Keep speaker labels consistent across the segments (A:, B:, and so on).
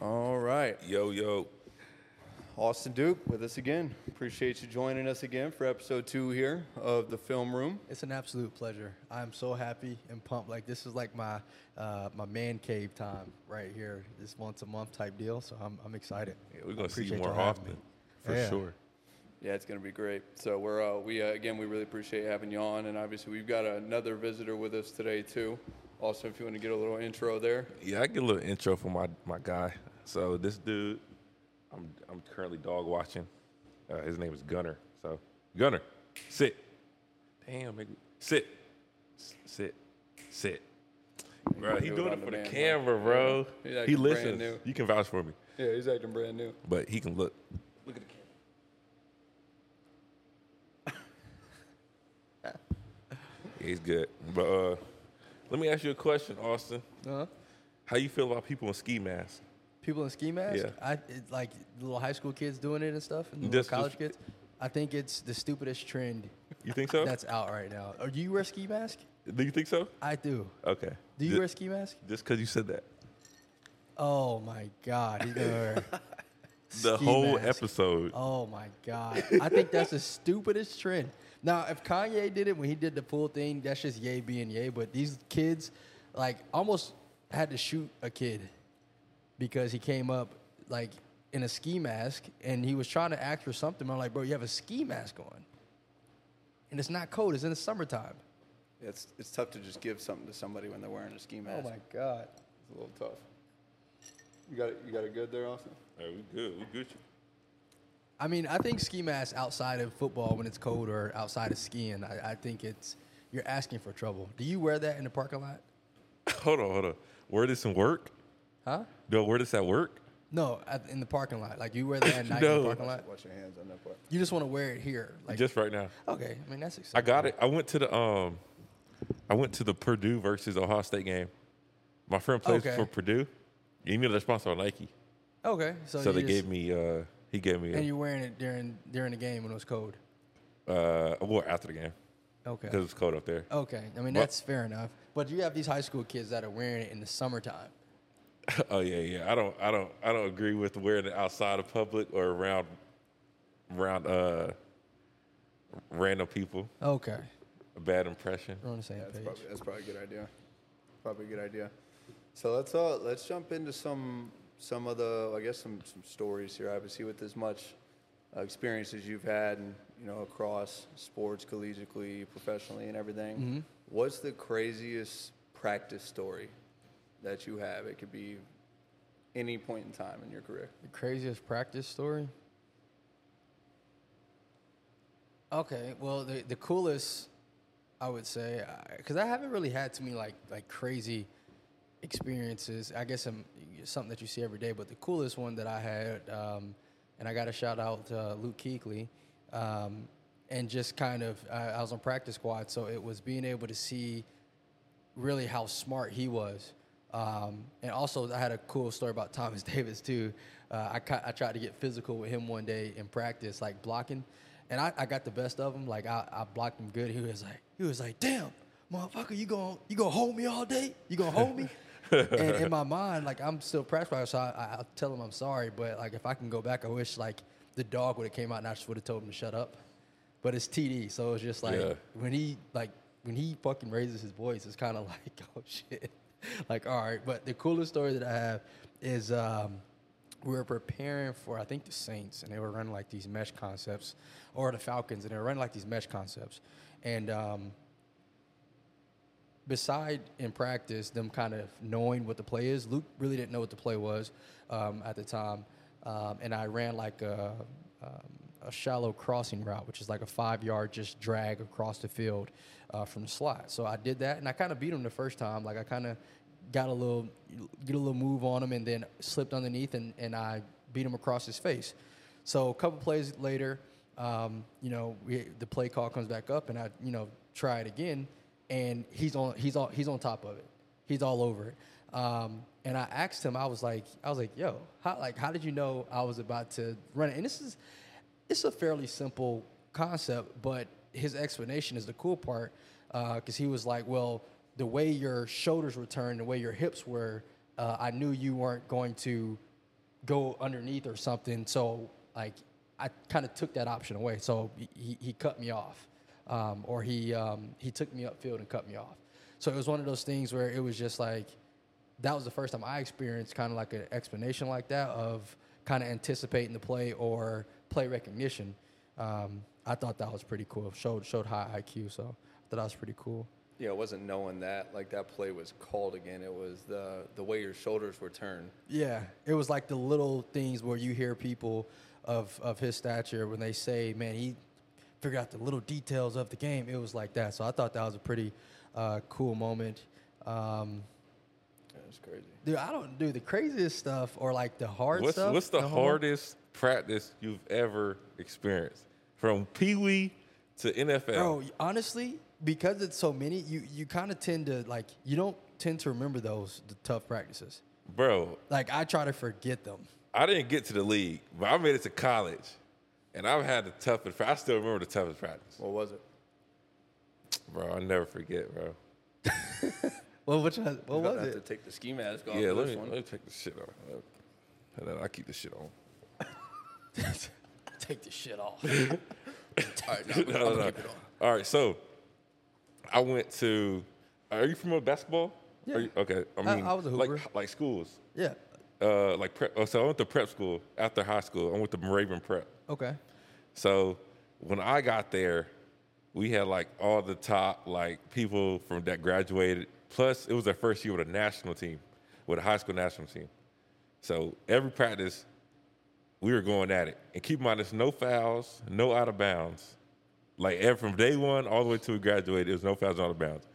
A: All right.
B: Yo, yo.
A: Austin Duke with us again. Appreciate you joining us again for episode two here of the film room.
C: It's an absolute pleasure. I'm so happy and pumped. Like this is like my uh, my man cave time right here. This once a month type deal. So I'm I'm excited.
B: Yeah, we're gonna see you
C: Appreciate
B: more
C: y'all having
B: often,
C: me.
B: for
C: Yeah.
B: sure.
A: Yeah, it's going to be great. So we're uh, we uh, again we really appreciate having you on, and obviously we've got another visitor with us today too. Also, if you want to get a little intro there.
B: Yeah, I get a little intro for my my guy. So this dude, I'm I'm currently dog watching. Uh, his name is Gunner. So Gunner, sit. Damn, nigga. sit, S- sit, sit. Bro, he
A: do it
B: doing
A: on
B: it for the
A: demand,
B: camera, bro.
A: Yeah. He's like
B: He
A: brand
B: listens.
A: new.
B: You can vouch for me,
A: Yeah, he's acting brand new.
B: but he can look. Look at the camera. He's good, but uh, let me ask you a question, Austin.
C: Uh-huh.
B: How you feel about people in ski masks?
C: People in ski masks.
B: Yeah.
C: I it, like little high school kids doing it and stuff, and little
B: Just-
C: college
B: just-
C: kids. I think it's the stupidest trend
B: You think so?
C: that's out right now. Are you wear ski mask?
B: Do you think so?
C: I do.
B: Okay.
C: Do you
B: Ju-
C: wear ski mask?
B: just because you said that?
C: Oh my god, he never.
B: The
C: Ski
B: whole
C: mask.
B: episode.
C: Oh my god! I think that's the stupidest trend. Now, if Kanye did it when he did the pool thing, that's just yay being yay. But these kids, like, almost had to shoot a kid because he came up like in a ski mask and he was trying to act for something. I'm like, bro, you have a ski mask on, and it's not cold. It's in the summertime.
A: It's it's tough to just give something to somebody when they're wearing a ski mask.
C: god!
A: It's a little tough. You got it. You got it good there, Austin.
B: Hey, we good. We good.
C: I mean, I think ski masks outside of football when it's cold or outside of skiing, I, I think it's you're asking for trouble. Do you wear that in the parking lot?
B: Hold on, hold on. Wear this in work?
C: Huh?
B: Do I wear this at work?
C: No, at, in the parking lot. Like you wear that at night in
B: No.
C: the parking lot.
A: Wash your hands on that part.
C: You just want to wear it here. Like
B: just right now.
C: okay, I mean that's
B: I
C: acceptable.
B: got it. I went to the um, I went to the Purdue versus Ohio State game. My friend plays
C: Okay.
B: for Purdue. You know they're sponsored by Nike,
C: Okay, so,
B: so
C: you
B: they
C: just-
B: gave me. uh He gave
C: and
B: me.
C: you're wearing it during during the game when it was cold.
B: A, uh, I wore it after the game because it
C: Okay.
B: was cold up there.
C: Okay, I mean
B: But-
C: that's fair enough. But you have these high school kids that are wearing it in the summertime.
B: Oh yeah, yeah. I don't, I don't, I don't agree with wearing it outside of public or around, around uh, random people.
C: Okay,
B: A bad impression.
C: we're on the same
A: That's
C: page.
A: probably, that's probably a good idea. Probably a good idea. So let's uh let's jump into some some of the I guess some some stories here. Obviously, with as much uh, experience as you've had, and you know across sports, collegiately, professionally, and everything.
C: Mm-hmm.
A: What's the craziest practice story that you have? It could be any point in time in your career.
C: The craziest practice story? Okay, well, the, the coolest, I would say, because I haven't really had too many like like crazy experiences. I guess I'm, something that you see every day, but the coolest one that I had, um, and I got to shout out uh, Luke Keekley, um, and just kind of, I, I was on practice squad, so it was being able to see really how smart he was. Um, and also, I had a cool story about Thomas Davis too. Uh, I ca- I tried to get physical with him one day in practice, like blocking, and I, I got the best of him. Like I, I blocked him good. He was like he was like, "Damn, motherfucker, you going you gonna hold me all day? You gonna hold me?" and in my mind, like I'm still practicing, so I, I I'll tell him I'm sorry. But like if I can go back, I wish like the dog would have came out and I just would have told him to shut up. But it's TD, so it's just like
B: Yeah.
C: when he like when he fucking raises his voice, it's kind of like oh shit, like all right. But the coolest story that I have is um, we were preparing for I think the Saints, and they were running like these mesh concepts, or the Falcons, and they were running like these mesh concepts, and um, beside in practice them kind of knowing what the play is luke really didn't know what the play was um, at the time um, and i ran like a, um, a shallow crossing route which is like a five yard just drag across the field uh, from the slot so i did that and i kind of beat him the first time like i kind of got a little get a little move on him and then slipped underneath and, and i beat him across his face so a couple plays later um, you know we, the play call comes back up and i you know try it again and he's on he's on he's on top of it. He's all over it. Um, and I asked him, I was like, I was like, yo, how like how did you know I was about to run it? And this is it's a fairly simple concept, but his explanation is the cool part because he was like, well, the way your shoulders were turned, the way your hips were, uh, I knew you weren't going to go underneath or something. So like I kind of took that option away. So he- he, he cut me off, um, or he um, he took me upfield and cut me off. So it was one of those things where it was just like that was the first time I experienced kind of like an explanation like that of kind of anticipating the play or play recognition. Um, I thought that was pretty cool. Showed showed high IQ, so I thought that was pretty cool.
A: Yeah, it wasn't knowing that like that play was called again. It was the the way your shoulders were turned.
C: Yeah, it was like the little things where you hear people of of his stature when they say, "Man, he figured out the little details of the game." It was like that. So I thought that was a pretty uh, cool moment. Um,
A: Yeah, it's crazy.
C: dude, I don't do the craziest stuff or like the hard
B: What's,
C: stuff.
B: what's the
C: whole-
B: hardest practice you've ever experienced? From Pee Wee to NFL.
C: Bro, honestly, because it's so many, you you kind of tend to like you don't tend to remember those the tough practices.
B: Bro,
C: Like I try to forget them.
B: I didn't get to the league, but I made it to college. And I've had the toughest, I still remember the toughest practice.
A: What was it?
B: Bro, I'll never forget, bro.
C: Well, which one, what
A: You don't
C: was
A: have
C: it?
A: To take the ski mask
C: Oh,
A: off.
B: Yeah,
A: for
B: let
A: this
B: me,
A: one.
B: let me take this shit off. And then I keep this shit on.
C: Take the shit off.
A: All right,
B: No, no, no. All right, so I went to. Are you familiar with basketball? Are
C: Yeah.
B: you- okay, I
C: I-
B: mean,
C: I was a hooper.
B: like like schools,
C: yeah.
B: uh, like prep. oh, So I went to prep school after high school. I went to Raven Prep.
C: Okay.
B: So when I got there, we had like all the top like people from that graduated. Plus, it was their first year with a national team, with a high school national team. So every practice, we were going at it. And keep in mind, there's no fouls, no out of bounds. Like ever from day one all the way till we graduated, there was no fouls, no out of bounds.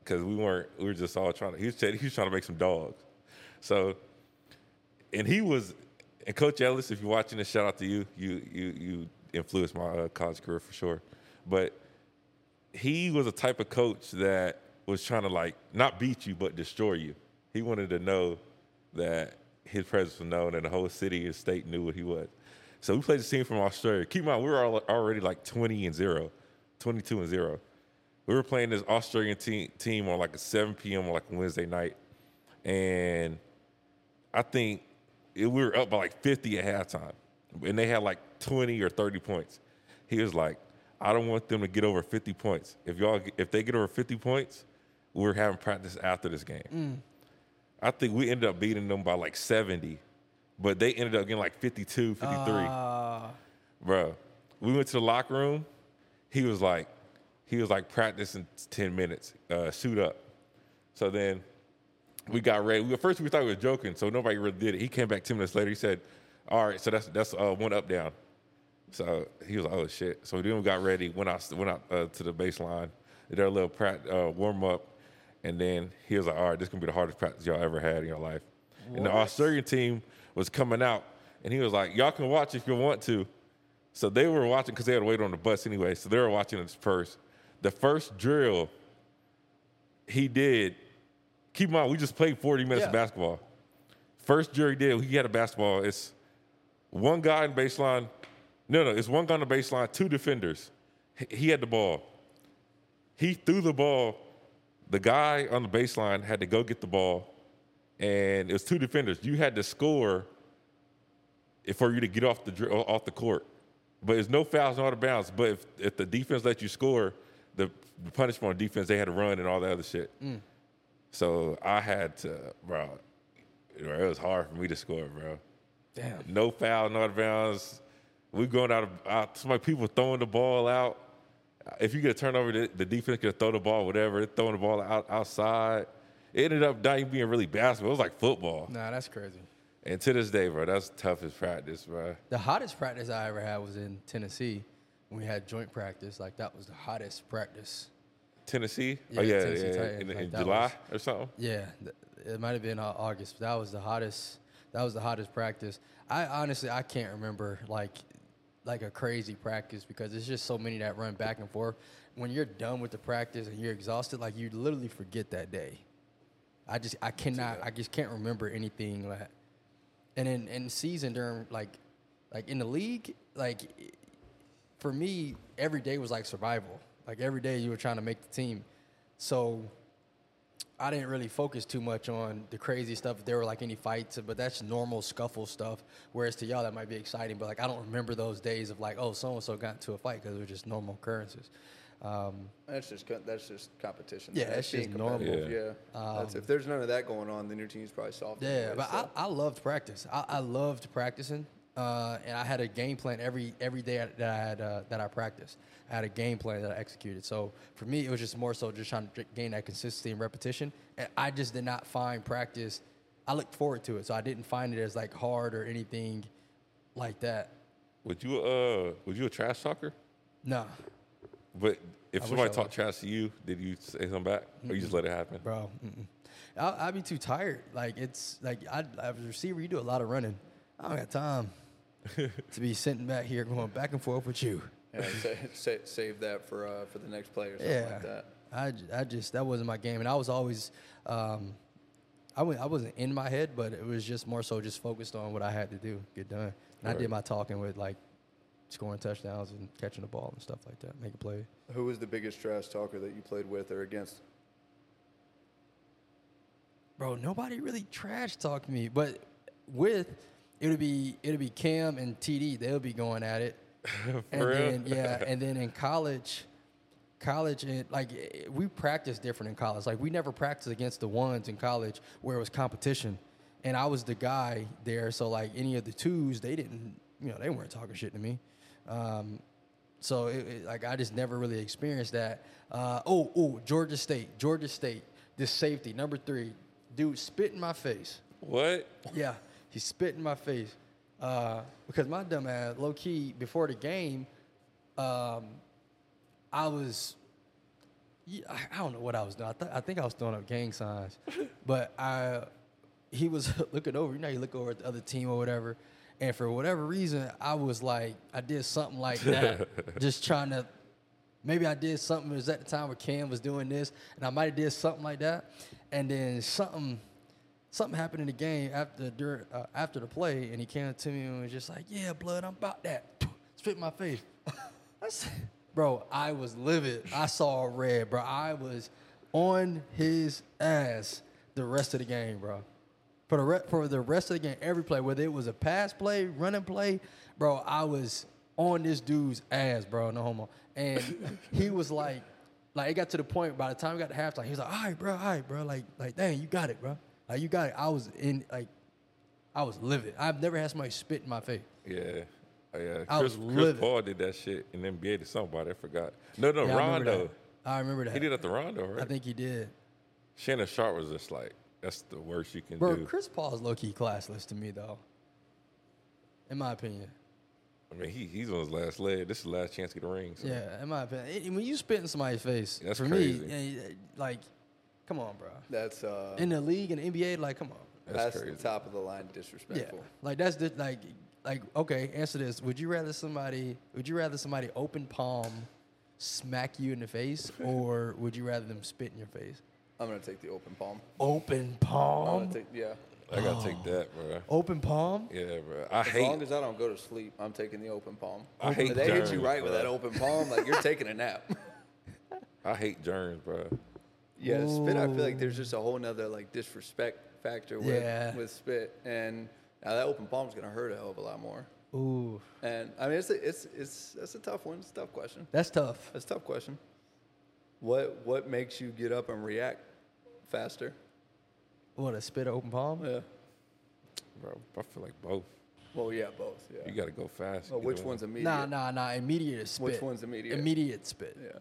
B: Because we weren't, we were just all trying to. He was, trying- he was trying to make some dogs. So and he was and coach ellis if you're watching this shout out to you you you you influenced my uh, college career for sure but he was a type of coach that was trying to like not beat you but destroy you he wanted to know that his presence was known and the whole city and state knew what he was so we played a team from australia keep in mind we were all, already like 20 and 0 22 and 0 we were playing this australian team, team on like a 7 p.m on like wednesday night and I think it, we were up by like 50 at halftime, and they had like 20 or 30 points. He was like, "I don't want them to get over 50 points. If y'all, if they get over 50 points, we're having practice after this game." I think we ended up beating them by like 70, but they ended up getting like 52, 53
C: Uh,
B: bro. We went to the locker room. He was like, he was like practicing ten minutes, uh, suit up. So then we got ready. We, at first we thought we were joking, so nobody really did it. He came back ten minutes later. He said, "All right, so that's that's uh, one up down." So he was like, "Oh shit!" So then we got ready. Went out went out uh, to the baseline. Did our little prac- uh, warm up, and then he was like, "All right, this is gonna be the hardest practice y'all ever had in your life." And the Australian team was coming out, and he was like, "Y'all can watch if you want to." So they were watching because they had to wait on the bus anyway. So they were watching us first. The first drill he did, keep in mind, we just played 40 minutes of
C: Yeah.
B: basketball. First drill he did, he had a basketball. It's one guy in baseline. No, no, it's one guy on the baseline, two defenders. He- He had the ball. He threw the ball. The guy on the baseline had to go get the ball, and it was two defenders. You had to score for you to get off the dri- off the court. But it's no fouls, no out of bounds. But if, if the defense lets you score, the, the punishment on defense, they had to run and all that other shit. So I had to, bro, bro, it was hard for me to score, bro.
C: damn.
B: No foul, no out of bounds. We going out of out, somebody people throwing the ball out. If you get a turnover, the, the defense could throw the ball, whatever. They're throwing the ball out, outside. It ended up not even being really basketball. It was like football.
C: Nah, that's crazy.
B: And to this day, bro, that's toughest practice, bro.
C: The hottest practice I ever had was in Tennessee. when We had joint practice. Like that was the hottest practice.
B: Tennessee.
C: Yeah,
B: oh yeah,
C: Tennessee
B: yeah.
C: Titans,
B: in,
C: like
B: in
C: that
B: July or something.
C: Yeah, th- it might have been uh, August, but that was the hottest. That was the hottest practice. I honestly I can't remember like like a crazy practice because it's just so many that run back and forth. When you're done with the practice and you're exhausted, like you literally forget that day. I just I cannot I just can't remember anything like and in in season during like like in the league like i- for me every day was like survival like every day you were trying to make the team so I didn't really focus too much on the crazy stuff. If there were like any fights, but that's normal scuffle stuff. Whereas to y'all that might be exciting, but like I don't remember those days of like, oh, so and so got into a fight because it was just normal occurrences. Um,
A: That's just co- that's just competition.
C: Yeah, that's
A: being
C: just normal.
A: competitive, Yeah,
B: Yeah.
A: Um, that's, if there's none of that going on, then your team's probably soft.
C: yeah,
A: anyway,
C: but
A: so.
C: I, I loved practice. I, I loved practicing, uh, and I had a game plan every every day that I had uh, that I practiced. I had a game plan that I executed. So for me, it was just more so just trying to gain that consistency and repetition. And I just did not find practice. I looked forward to it, so I didn't find it as like hard or anything like that.
B: Would you uh would you a trash talker?
C: Nah,
B: But if
C: I wish
B: somebody
C: I
B: talked
C: was.
B: trash to you, did you say something back, or you just let it happen?
C: bro. Mm-mm. I, I'd be too tired. Like it's like I, I was a receiver. You do a lot of running. I don't got time to be sitting back here going back and forth with you.
A: Yeah, sa- sa- save that for uh, for the next play or something like that.
C: I, j- I just that wasn't my game, and I was always, um, I went, I wasn't in my head, but it was just more so just focused on what I had to do, get done. And I
B: Right.
C: did my talking with like scoring touchdowns and catching the ball and stuff like that, make a play.
A: Who was the biggest trash talker that you played with or against?
C: Bro, nobody really trash talked me, but with it would be it would be Cam and TD, they'll be going at it. and
B: real?
C: then yeah, and then in college, college and like eh, we practiced different in college. Like we never practiced against the ones in college where it was competition. And I was the guy there, so like any of the twos, they didn't, you know, they weren't talking shit to me. Um, so it, it- like I just never really experienced that. Uh, oh, oh, Georgia State, Georgia State, this safety number three, dude, spit in my face.
B: What?
C: Yeah, he spit in my face uh, because my dumb ass, low key, before the game, um, I was. yeah, I I don't know what I was doing. I, th- I think I was throwing up gang signs, but I, he was looking over. You know, you look over at the other team or whatever, and for whatever reason, I was like, I did something like that, just trying to maybe I did something. It was at the time where Cam was doing this, and I might have did something like that. And then something, something happened in the game after during, uh, after the play, and he came to me and was just like, "Yeah, blood, I'm about that." Spit in my face. I said, bro, I was livid. I saw red, bro. I was on his ass the rest of the game, bro. For the re- for the rest of the game, every play, whether it was a pass play, running play, bro, I was on this dude's ass, bro. No homo. And he was like, like it got to the point by the time we got to halftime, he was like, all right, bro, all right, bro, like, like, dang, you got it, bro, like you got it. I was in, like, I was livid. I've never had somebody spit in my face.
B: Yeah. Oh, yeah.
C: I
B: Chris,
C: was
B: Chris
C: livid.
B: Paul did that shit in NBA to somebody. I forgot. No, no,
C: Yeah, I remember
B: Oh, Rondo.
C: that. I remember that.
B: He did it to Rondo, right?
C: I think he did.
B: Shannon Sharp was just like, that's the worst you can
C: Bro,
B: do.
C: Chris Paul is low key classless to me though. In my opinion.
B: I mean, he, he's on his last leg. This is the last chance to get a ring. So.
C: Yeah, in my opinion. And when you spit in somebody's face,
B: That's
C: for
B: crazy.
C: me, eh, eh, like, come on, bro.
A: That's uh,
C: In the league and NBA, like, come on.
A: that's,
B: That's
A: the
B: crazy.
A: top of the line
C: Yeah.
A: disrespectful.
C: Like that's the like like okay, answer this. Would you rather somebody would you rather somebody open palm smack you in the face or would you rather them spit in your face?
A: I'm gonna take the open palm.
C: Open
A: I'm gonna
C: palm.
A: take yeah.
B: I got to take
C: Oh.
B: that, bro.
C: Open palm?
B: Yeah, bro. I
A: As long
B: hate
A: as I don't go to sleep, I'm taking the open palm.
B: I hate
A: If they hit you
B: germs,
A: right with
B: bro.
A: that open palm, like you're taking a nap.
B: I hate germs, bro.
A: Yeah, spit. I feel like there's just a whole nother like disrespect factor with
C: Oh. Yeah.
A: with spit, and now that open palm's gonna hurt a hell of a lot more.
C: Ooh.
A: And I mean, it's a, it's it's that's a tough one. It's a tough question.
C: That's tough.
A: That's a tough question. What what makes you get up and react faster?
C: What a spit or open palm?
A: Yeah.
B: Bro, I feel like both.
A: Well, yeah, both. Yeah.
B: You got to go fast.
A: well,
B: either
A: Oh, which
B: one.
A: one's immediate?
C: Nah, nah, nah. Immediate is spit.
A: Which one's immediate?
C: Immediate spit.
A: Yeah.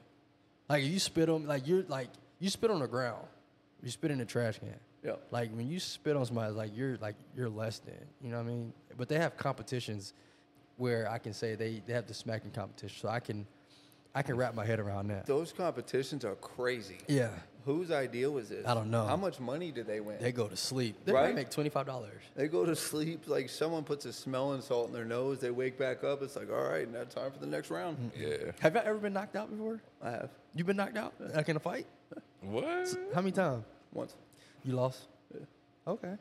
C: Like if you spit on, like you're like you spit on the ground. You spit in the trash can.
A: Yeah.
C: Like when you spit on somebody, like you're like you're less than. You know what I mean? But they have competitions where I can say they they have the smacking competition, so I can I can wrap my head around that.
A: Those competitions are crazy.
C: Yeah.
A: Whose idea was this?
C: I don't know.
A: How much money do they win?
C: They go to sleep. They probably
A: Right?
C: make twenty five dollars.
A: They go to sleep like someone puts a smelling salt in their nose. They wake back up. It's like, all right, now time for the next round.
C: Mm.
B: Yeah.
C: Have you ever been knocked out before?
A: I have
C: You been knocked out like in a fight?
B: What?
C: How many times?
A: once.
C: You lost. Okay.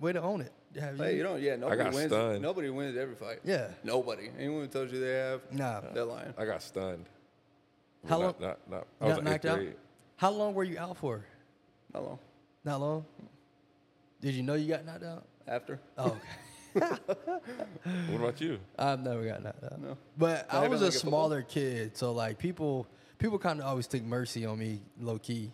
C: Way to own it. Have you?
A: Hey, you don't. Yeah, nobody
B: got
A: wins.
B: stunned.
A: Nobody wins every fight.
C: Mm-hmm. Yeah.
A: Nobody. Anyone who tells you they have,
C: Nah.
A: they're lying.
B: I got stunned.
C: How
B: Not-
C: long-
B: Not, not, I
C: You
B: was
C: got
B: in eighth
C: knocked out.
B: grade.
C: How long were you out for?
A: Not long.
C: Not long. Did you know you got knocked out?
A: After?
C: Oh, okay.
B: What about you?
C: I've never got knocked out.
A: No.
C: But
A: Not
C: I
A: even
C: was a
A: like a football?
C: smaller kid, so like people, people kind of always took mercy on me, low key.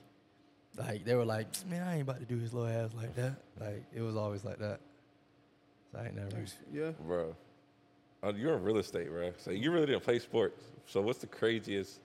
C: Like they were like, "Man, I ain't about to do his little ass like that." Like it was always like that. So I ain't never.
A: Yeah.
B: Bro, uh, you're in real estate, bro. So you really didn't play sports. So what's the craziest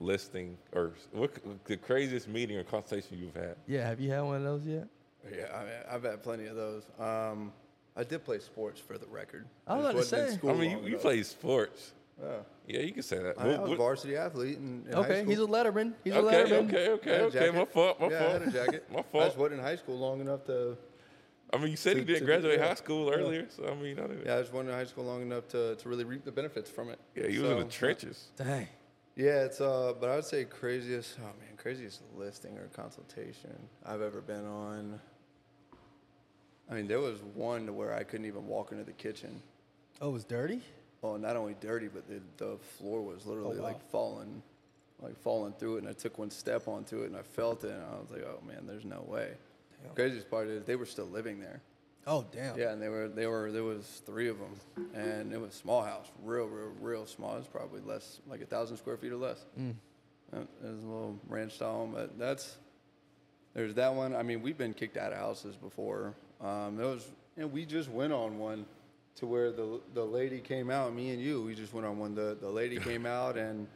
B: listing or what the craziest meeting or consultation you've had?
C: Yeah, have you had one of those yet?
A: Yeah, I mean, I've had plenty of those. Um, I did play sports for the record.
C: I was
A: Just
C: about to
A: wasn't in
C: say.
A: school
B: I mean,
A: long
B: you, you
A: enough.
B: played sports.
A: Yeah.
B: Yeah, you can say that.
A: I,
B: What-
A: I was a
B: what-
A: varsity athlete. In, in high
C: Okay,
A: school.
C: he's a letterman. He's a
B: okay,
C: letterman.
B: okay,
A: I
B: okay,
A: had a
B: okay. My
A: jacket.
B: fault. My
A: yeah,
B: fault.
A: I had a jacket.
B: my
A: I
B: fault.
A: just wasn't in high school long enough to.
B: I mean, you said
A: to-
B: you didn't
A: to-
B: graduate
A: yeah.
B: high school earlier, so I mean, I didn't.
A: Yeah, I just wasn't in high school long enough to, to really reap the benefits from it.
B: Yeah, you was in the
A: So,
B: trenches.
C: Dang.
A: Yeah, it's uh, but I would say craziest. Oh man, craziest listing or consultation I've ever been on. I mean, there was one to where I couldn't even walk into the kitchen.
C: Oh, it was dirty.
A: Oh, not only dirty, but the, the floor was
B: Oh,
A: literally
C: wow.
A: like falling, like falling through it. And I took one step onto it and I felt it. And I was like, oh man, there's no way. Craziest part is they were still living there.
C: Oh, damn.
A: Yeah, and they were they were there was three of them, and it was small house, real real real small. It's probably less like a thousand square feet or less. Mm. It was a little ranch style home, but that's there's that one. I mean, we've been kicked out of houses before. Um, there was and we just went on one to where the the lady came out. Me and you, we just went on one. The the lady came out and.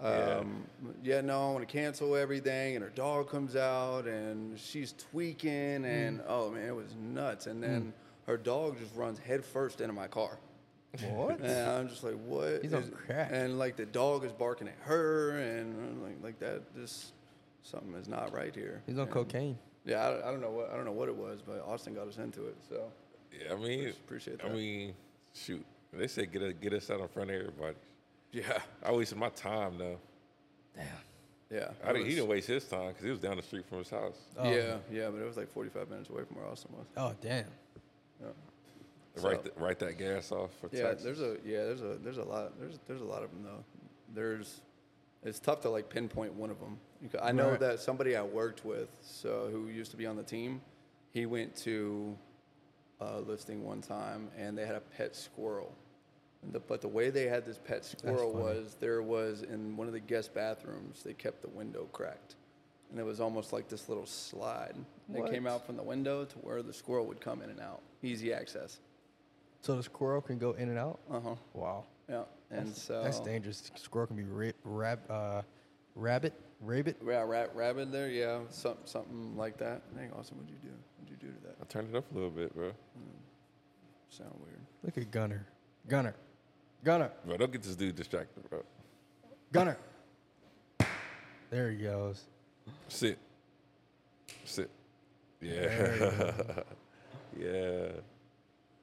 A: Um, yeah. no, I want to cancel everything. And her dog comes out and she's tweaking.
C: Hmm.
A: And oh, man, it was nuts. And then her dog just runs headfirst into my car.
C: What?
A: And I'm just like, what?
C: He's on
A: is-
C: crack.
A: And like the dog is barking at her. And I'm like, like that, just something is not right here.
C: He's on
A: And-
C: cocaine.
A: Yeah, I, I don't know what I don't know what it was, but Austin got us into it. So
B: Yeah, I mean,
A: Appreciate
B: I
A: that.
B: mean, shoot, they said get us get us out in front of everybody.
A: yeah,
B: I wasted my time though.
C: Damn.
A: yeah.
B: I didn't,
A: It
B: he
A: was-
B: didn't waste his time because he was down the street from his house.
C: Oh.
A: Yeah, yeah, but it was like 45 minutes away from where Austin was.
C: Oh, damn.
A: Yeah.
B: Write
A: So-
B: th- write that gas off for
A: Yeah,
B: taxes.
A: there's a yeah, there's a there's a lot there's there's a lot of them though. There's it's tough to like pinpoint one of them. I know
C: Right.
A: that somebody I worked with, so who used to be on the team, he went to a listing one time and they had a pet squirrel. And the, but the way they had this pet squirrel
C: funny.
A: was there was in one of the guest bathrooms they kept the window cracked, and it was almost like this little slide that came
C: What?
A: out from the window to where the squirrel would come in and out, easy access.
C: So the squirrel can go in and out.
A: Uh huh.
C: Wow.
A: Yeah, and so
C: That's dangerous. Squirrel can be ra- rab, uh, rabbit, rabbit.
A: Yeah, rat, rabbit there. Yeah, something, something like that. Dang, Austin, what'd you do? What'd you do to that?
B: I turned it up a little bit, bro.
A: Sound weird.
C: Look at Gunner, Gunner, Gunner,
B: Bro, don't get this dude distracted, bro.
C: Gunner. There he goes.
B: Sit, sit.
C: There
B: Yeah,
C: he goes.
B: yeah.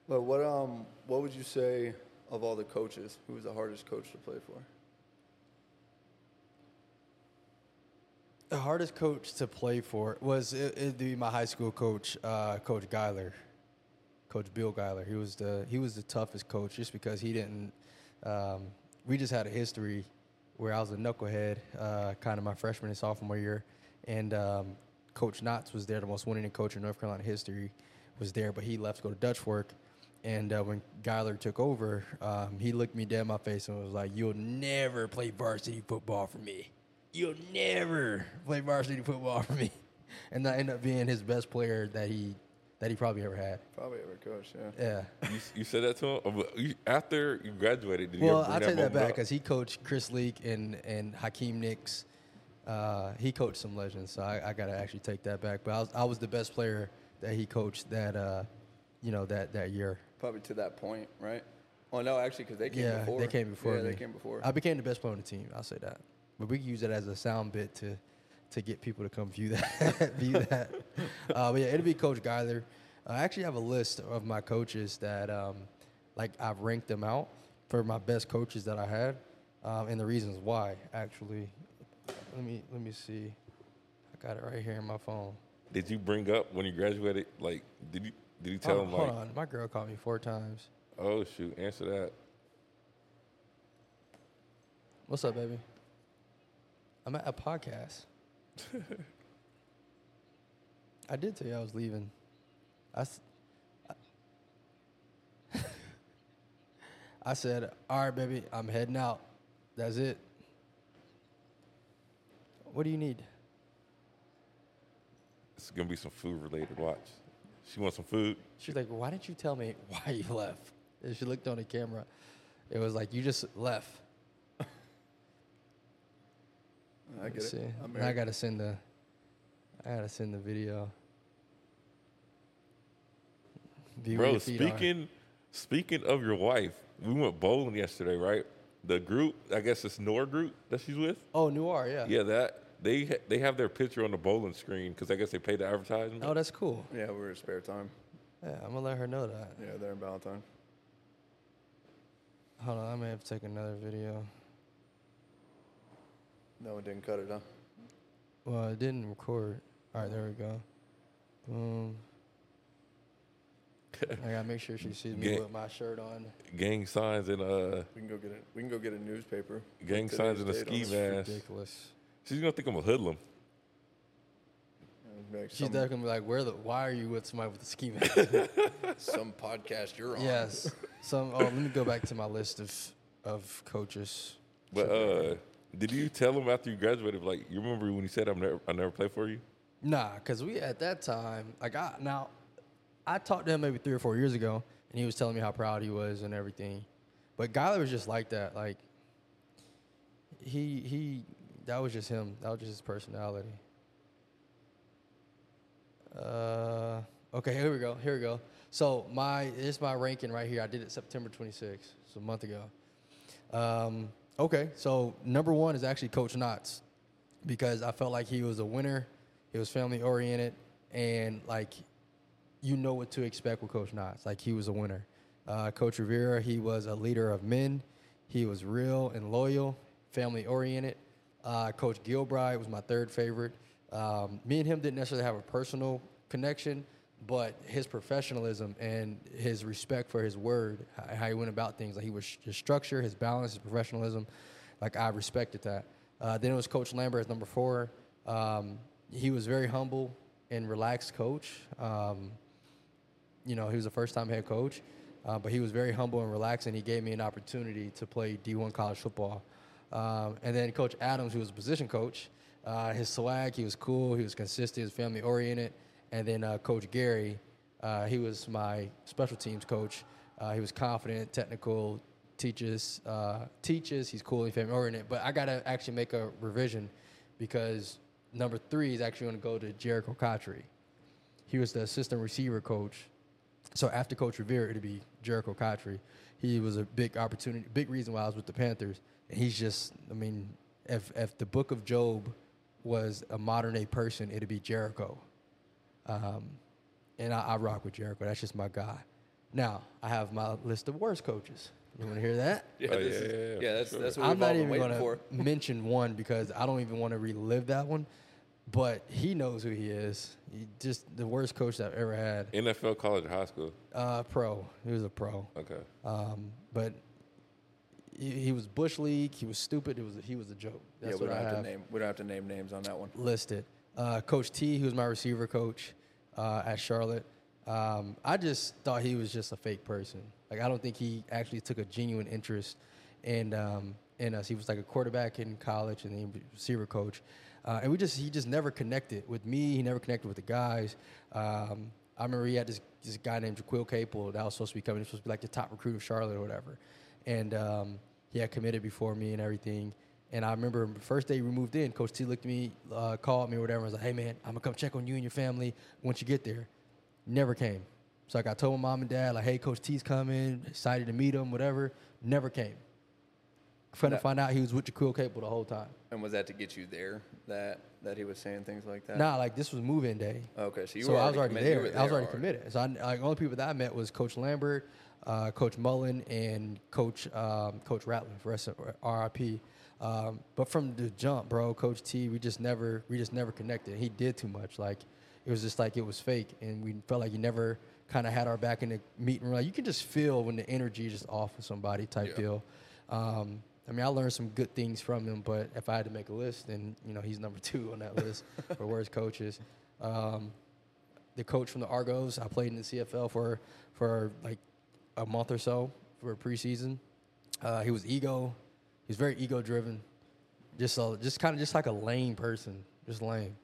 A: But what um, what would you say of all the coaches? Who was the hardest coach to play for?
C: the hardest coach to play for was it, it'd be my high school coach, uh, Coach Geiler, Coach Bill Geiler. He was the he was the toughest coach just because he didn't. Um, we just had a history where I was a knucklehead, uh, kind of my freshman and sophomore year, and um, Coach Knotts was there, the most winning coach in North Carolina history, was there, but he left to go to Dutch work. And uh, when Geiler took over, um, he looked me dead in my face and was like, "You'll never play varsity football for me. You'll never play varsity football for me." And I ended up being his best player that he that he probably ever had.
A: Probably every coach. Yeah.
C: Yeah.
B: You, s- you said that to him Oh, but you- after you graduated. Did you
C: Well,
B: ever bring
C: I take that
B: moment
C: back
B: up?
C: because he coached Chris Leak and and Hakeem Nicks. Uh, he coached some legends, so I, I gotta actually take that back. But I was I was the best player that he coached that uh, you know that that year.
A: Probably to that point, right? Well, no, actually, because they came
C: yeah,
A: before.
C: they came before.
A: Yeah,
C: me.
A: they came before.
C: I became the best player on the team. I'll say that. But we can use that as a sound bit to to get people to come view that. view that. Uh, but yeah, it'll be Coach Geiler. Uh, I actually have a list of my coaches that um, like I've ranked them out for my best coaches that I had um, and the reasons why. Actually, let me let me see. I got it right here in my phone.
B: Did you bring up when you graduated? Like, did you did you tell
C: Oh,
B: him
C: hold
B: like,
C: on, my girl called me four times.
B: oh shoot, answer that?
C: What's up, baby? I'm at a podcast. I did tell you I was leaving. I, s- I- I said, all right, baby, I'm heading out. That's it. What do you need?
B: It's gonna be some food related. Watch. She wants some food.
C: She's like, why didn't you tell me why you left? And she looked on the camera. It was like, you just left.
A: I get
C: Let's
A: it.
C: see.
A: I'm
C: And I
A: married.
C: gotta send the, I gotta send the video. Be where
B: Bro,
C: your feet are.
B: speaking speaking of your wife, we went bowling yesterday, right? The group, I guess it's Nor group that she's with.
C: Oh, Noir, yeah.
B: Yeah, that they ha- they have their picture on the bowling screen because I guess they paid the advertisement.
C: Oh, that's cool.
A: yeah, we were at spare time.
C: Yeah, I'm gonna let her know that.
A: Yeah, there in Valentine.
C: Hold on, I may have to take another video.
A: No one didn't cut it, huh?
C: Well, I didn't record. All right, there we go. Boom. I gotta make sure she sees me
B: Yeah.
C: with my shirt on.
B: Gang signs and uh,
A: We can go get it. We can go get a newspaper.
B: gang
A: Today's
B: signs and a
A: date on
B: ski
A: it.
B: mask.
C: Ridiculous.
B: She's gonna think I'm a hoodlum.
A: It'd be like
C: She's
A: some,
C: definitely gonna be like, "Where the? Why are you with somebody with a ski mask?"
A: some podcast you're on.
C: Yes. Some. Oh, let me go back to my list of of coaches.
B: But uh, did you tell him after you graduated? Like, you remember when you said I'm never, I never play for you?
C: Nah, cause we at that time, like I now, I talked to him maybe three or four years ago, and he was telling me how proud he was and everything. But Guy was just like that. Like he he, that was just him. That was just his personality. Uh, okay, here we go. Here we go. So my this is my ranking right here. I did it September 26th, so a month ago. Um, okay, so number one is actually Coach Knotts because I felt like he was a winner. He was family oriented, and like you know what to expect with Coach Knotts. Like he was a winner. Uh, Coach Rivera, he was a leader of men. He was real and loyal, family oriented. Uh, Coach Gilbride was my third favorite. Um, me and him didn't necessarily have a personal connection, but his professionalism and his respect for his word, h- how he went about things, like he was his structure, his balance, his professionalism, like I respected that. Uh, then it was Coach Lambert as number four. Um, he was very humble and relaxed coach. Um, you know, he was a first time head coach, uh, but he was very humble and relaxed, and he gave me an opportunity to play D1 college football. Um, and then Coach Adams, who was a position coach, uh, his swag, he was cool, he was consistent, he was family oriented. And then uh, Coach Gary, uh, he was my special teams coach. Uh, he was confident, technical, teaches, uh, teaches. He's cool and family oriented. But I gotta actually make a revision because number three is actually going to go to Jericho Cotchery he was the assistant receiver coach. So after Coach Rivera, it'd be Jericho Cotchery. He was a big opportunity, big reason why I was with the Panthers. And he's just, I mean, if if the Book of Job was a modern day person, it'd be Jericho. Um, and I, I rock with Jericho. That's just my guy. Now I have my list of worst coaches. You want to hear that?
A: Yeah,
B: Oh,
A: this
B: yeah, yeah,
A: is,
B: yeah, for
A: yeah, that's
B: sure.
A: that's what
C: I'm
A: we've all
C: not
A: been
C: even
A: waiting
C: going to
A: for.
C: mention one because I don't even want to relive that one. But he knows who he is. He just the worst coach I've ever had.
B: NFL, college, or high school.
C: Uh, pro. He was a pro.
B: Okay.
C: Um, but he, he was bush league. He was stupid. It was he was a joke. That's
A: yeah, we
C: what
A: don't
C: I
A: have,
C: have
A: to name. We don't have to name names on that one.
C: listed. Uh, coach T, who was my receiver coach uh, at Charlotte. Um, I just thought he was just a fake person. Like I don't think he actually took a genuine interest in um, in us. He was like a quarterback in college and then receiver coach, uh, and we just he just never connected with me. He never connected with the guys. Um, I remember he had this, this guy named Jaquil Capel that was supposed to be coming. He was supposed to be like the top recruit of Charlotte or whatever, and um, he had committed before me and everything. And I remember the first day we moved in, Coach T looked at me, uh, called me or whatever, and was like, hey, man, I'm going to come check on you and your family once you get there. Never came. So like I told my mom and dad, like, hey, Coach T's coming, excited to meet him, whatever. Never came. Trying
A: Nah.
C: to find out he was with Jaquil Capel the whole time.
A: And was that to get you there? That that he was saying things like that.
C: Nah, like this was move-in day.
A: Okay, so you
C: so
A: were
C: I was
A: already
C: already
A: committed. You
C: there.
A: were
C: I was
A: there
C: already
A: already.
C: committed. So I like only people that I met was Coach Lambert, uh, Coach Mullen, and Coach um, Coach Ratliff, rest RIP. Um, but from the jump, bro, Coach T, we just never we just never connected. He did too much. Like it was just like it was fake, and we felt like he never kind of had our back in the meeting. Like you can just feel when the energy is just off of somebody type
B: Yeah.
C: deal. Um, I mean, I learned some good things from him, but if I had to make a list, then you know he's number two on that list for worst coaches. Um, the coach from the Argos. I played in the CFL for for like a month or so for preseason. Uh, he was ego. He was very ego driven. Just a, just kind of just like a lame person, just lame.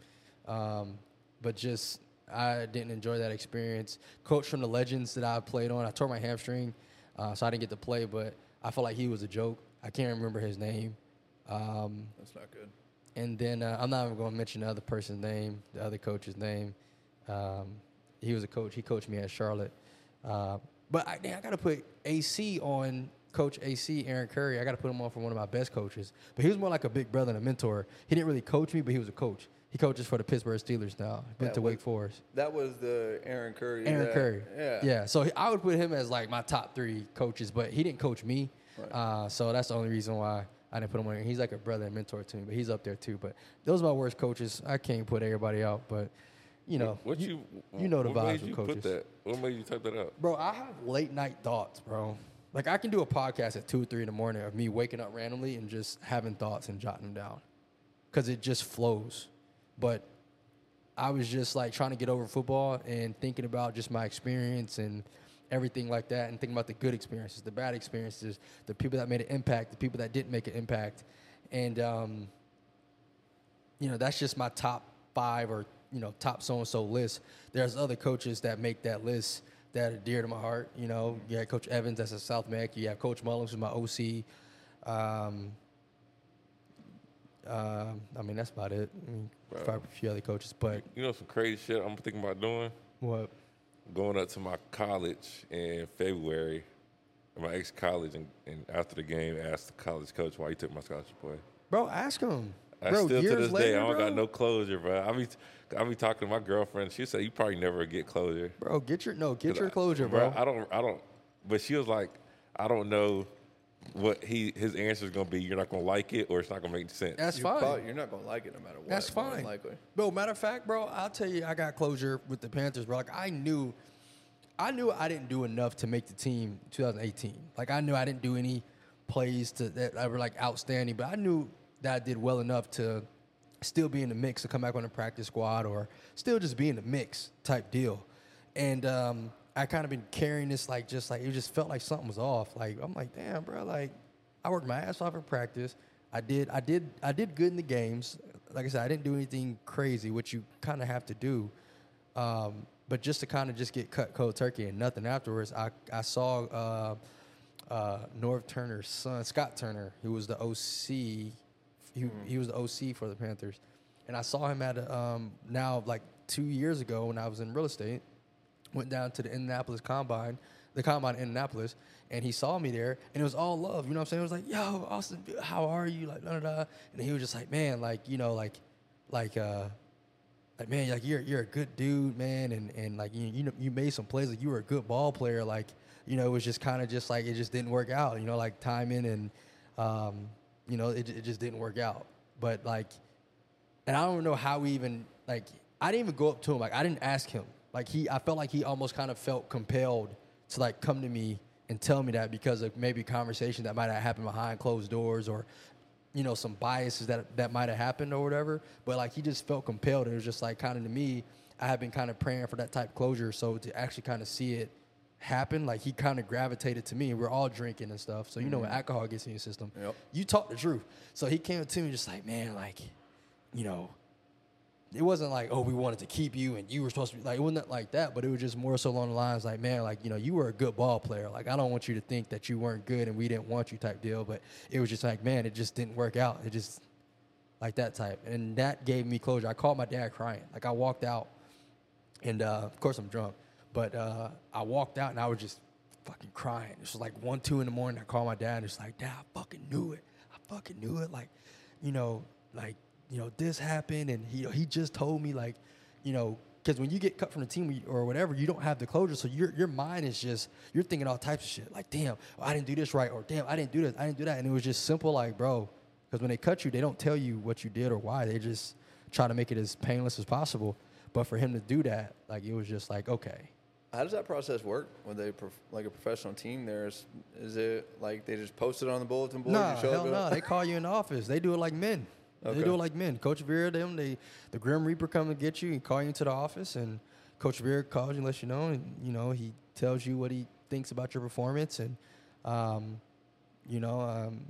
C: Um, but just I didn't enjoy that experience. Coach from the Legends that I played on, I tore my hamstring, uh, so I didn't get to play. But I felt like he was a joke. I can't remember his name. Um,
A: That's not good.
C: and then uh, I'm not even going to mention the other person's name, the other coach's name. Um, he was a coach. He coached me at Charlotte. Uh, but I, dang, I got to put AC on Coach AC Aaron Curry. I got to put him on for one of my best coaches. But he was more like a big brother and a mentor. He didn't really coach me, but he was a coach. He coaches for the Pittsburgh Steelers now. Went
A: Yeah,
C: to
A: what-
C: Wake Forest.
A: That was the Aaron Curry.
C: Aaron
A: that-
C: Curry.
A: Yeah.
C: Yeah. So he- I would put him as like my top three coaches, but he didn't coach me.
A: Right.
C: Uh, so that's the only reason why I didn't put him on. here. He's like a brother and mentor to me, but he's up there too. But those are my worst coaches. I can't put everybody out, but you know,
B: What you
C: you know the
B: what made
C: vibes with
B: you
C: coaches.
B: Put that? What made you type that up?
C: bro, I have late night thoughts, bro. Like I can do a podcast at two or three in the morning of me waking up randomly and just having thoughts and jotting them down, because it just flows. But I was just like trying to get over football and thinking about just my experience and everything like that, and thinking about the good experiences, the bad experiences, the people that made an impact, the people that didn't make an impact, and um, you know that's just my top five or you know top so and so list. There's other coaches that make that list that are dear to my heart. You know, you had Coach Evans that's a South Mac. You have Coach Mullins who's my OC. Um, um, I mean that's about it. I mean, probably a few other coaches, but
B: You know some crazy shit I'm thinking about doing.
C: what?
B: going up to my college in February, my ex college, and, and after the game, asked the college coach why he took my scholarship away.
C: Bro, ask him.
B: I
C: bro,
B: still to
C: years
B: this
C: later,
B: day, I don't
C: bro,
B: got no closure, bro. I be I be talking to my girlfriend. She said you probably never get closure.
C: Bro, get your no, get
B: 'Cause
C: your
B: I-
C: closure, bro.
B: I don't, I don't. But she was like, I don't know what he his answer is gonna be. You're not gonna like it, or it's not gonna make sense.
C: That's
A: You
C: fine.
A: are not gonna like it no matter what.
C: That's
A: more than
C: fine.
A: Likely.
C: Bro, matter of fact, bro, I'll tell you, I got closure with the Panthers, bro. Like I knew, I knew I didn't do enough to make the team 2018. Like I knew I didn't do any plays to that that were like outstanding, but I knew that I did well enough to still be in the mix to come back on the practice squad or still just be in the mix type deal. And um, I kind of been carrying this like just like it just felt like something was off. Like I'm like, damn, bro, like I worked my ass off in practice. I did, I did, I did good in the games. Like I said, I didn't do anything crazy, which you kind of have to do. Um, but just to kind of just get cut cold turkey and nothing afterwards, I I saw uh, uh, North Turner's son, Scott Turner, who was the OC. He, he was the OC for the Panthers, and I saw him at a, um, now like two years ago when I was in real estate went down to the Indianapolis Combine, the Combine in Indianapolis, and he saw me there, and it was all love. You know what I'm saying? It was like, "Yo, Austin, how are you?" Like, da da da. And he was just like, "Man, like, you know, like, like, uh, like, man, like you're you're a good dude, man, and and like you you know you made some plays, like you were a good ball player, like." You know, it was just kind of just like it just didn't work out. You know, like timing and, um, you know, it, it just didn't work out. But like, and I don't know how we even like. I didn't even go up to him. Like I didn't ask him. Like he, I felt like he almost kind of felt compelled to like come to me and tell me that because of maybe conversation that might have happened behind closed doors or, you know, some biases that that might have happened or whatever. But like he just felt compelled. It was just like kind of to me. I have been kind of praying for that type of closure. So to actually kind of see it happen, like he kind of gravitated to me. We're all drinking and stuff. So you know when alcohol gets in your system,
A: Yep.
C: you talk the truth. So he came to me just like, man, like, you know, it wasn't like, oh, we wanted to keep you and you were supposed to be like, it wasn't like that, but it was just more so along the lines like, man, like, you know, you were a good ball player. Like, I don't want you to think that you weren't good and we didn't want you type deal. But it was just like, man, it just didn't work out. It just, like that type. And that gave me closure. I called my dad crying. Like, I walked out and uh, of course I'm drunk, but uh, I walked out and I was just fucking crying. It was like one, two in the morning. I called my dad and it's like, Dad, I fucking knew it. I fucking knew it. Like, you know, like you know, this happened, and he he just told me like, you know, because when you get cut from the team or whatever, you don't have the closure. So your your mind is just you're thinking all types of shit. Like, damn, I didn't do this right, or damn, I didn't do this, I didn't do that. And it was just simple, like, bro, because when they cut you, they don't tell you what you did or why. They just try to make it as painless as possible. But for him to do that, like it was just like okay,
A: How does that process work when they prof- like a professional team? There's is it like they just post it on the bulletin board?
C: nah,
A: you show
C: hell
A: up
C: no.
A: to-
C: They call you in the office. They do it like men. They
A: Okay.
C: do it like men. Coach Vera, them, they the Grim Reaper come and get you and call you into the office, and Coach Beer calls you, and lets you know, and you know he tells you what he thinks about your performance, and um, you know um,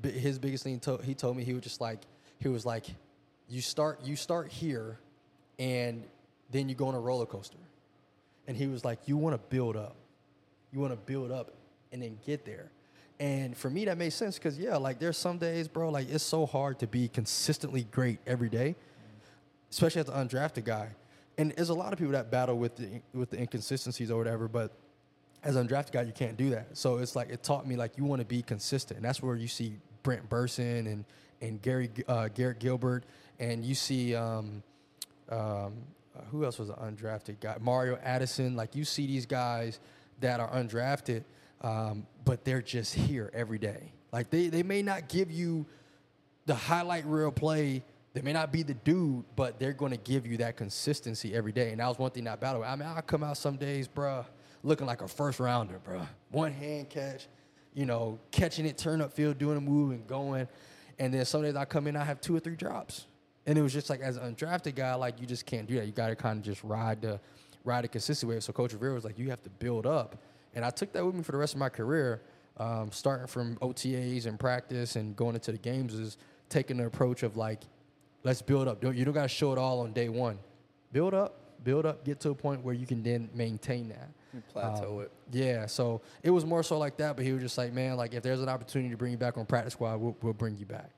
C: bi- his biggest thing. To- he told me he was just like he was like, you start you start here, and then you go on a roller coaster, and he was like, you want to build up, you want to build up, and then get there. And for me, that made sense because yeah, like there's some days, bro, like it's so hard to be consistently great every day especially as an undrafted guy. And there's a lot of people that battle with the with the inconsistencies or whatever, but as an undrafted guy, you can't do that. So it's like it taught me like you want to be consistent, and that's where you see Brent Burson and and Gary uh, Garrett Gilbert, and you see um, um, uh, who else was an undrafted guy? Mario Addison. Like you see these guys that are undrafted, um, but they're just here every day. Like they they may not give you the highlight reel play. They may not be the dude, but they're going to give you that consistency every day. And that was one thing I battled with. I mean, I come out some days, bruh, looking like a first rounder, bruh. One hand catch, you know, catching it, turn up field, doing a move and going. And then some days I come in, I have two or three drops. And it was just like as an undrafted guy, like you just can't do that. You got to kind of just ride the ride a consistent wave. So Coach Rivera was like, you have to build up. And I took that with me for the rest of my career, um, starting from OTAs and practice and going into the games is taking the approach of like, let's build up. Don't, you don't got to show it all on day one. Build up, build up, get to a point where you can then maintain that. Um,
A: plateau it.
C: Yeah, so it was more so like that, but he was just like, man, like if there's an opportunity to bring you back on practice squad, we'll, we'll bring you back.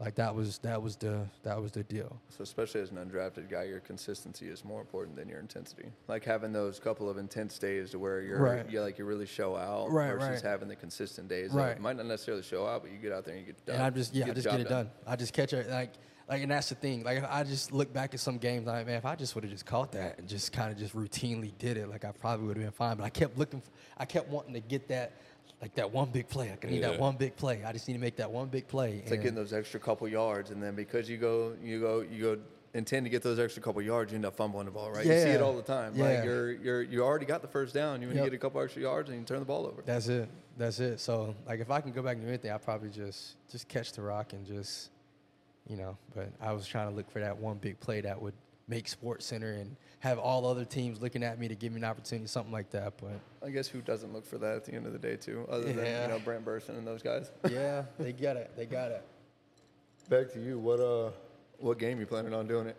C: Like that was that was the that was the deal.
A: So especially as an undrafted guy, your consistency is more important than your intensity. Like having those couple of intense days to where you're,
C: Right.
A: you like you really show out
C: Right,
A: versus
C: right.
A: having the consistent days.
C: Right.
A: That might not necessarily show out, but you get out there and you get done.
C: And I just yeah,
A: the
C: I just
A: job
C: get it done. I just catch it like like and that's the thing. Like if I just look back at some games, like man, if I just would have just caught that and just kind of just routinely did it, like I probably would have been fine. But I kept looking, for, I kept wanting to get that like that one big play. I could need
B: Yeah.
C: that one big play. I just need to make that one big play.
A: It's like getting those extra couple yards, and then because you go, you go, you go, intend to get those extra couple yards, you end up fumbling the ball, right? You see it
C: Yeah.
A: all the time. Like
C: Yeah.
A: you're, you're, you already got the first down. You
C: Yep.
A: get a couple extra yards, and you turn the ball over.
C: That's it. That's it. So like if I can go back and do anything, I probably just just catch the rock and just you know, but I was trying to look for that one big play that would make Sports Center and have all other teams looking at me to give me an opportunity, something like that. But
A: I guess who doesn't look for that at the end of the day, too? Other than
C: Yeah.
A: you know Brent Burson and those guys.
C: yeah, they got it. They got it.
A: Back to you. What uh, what game you planning on doing it?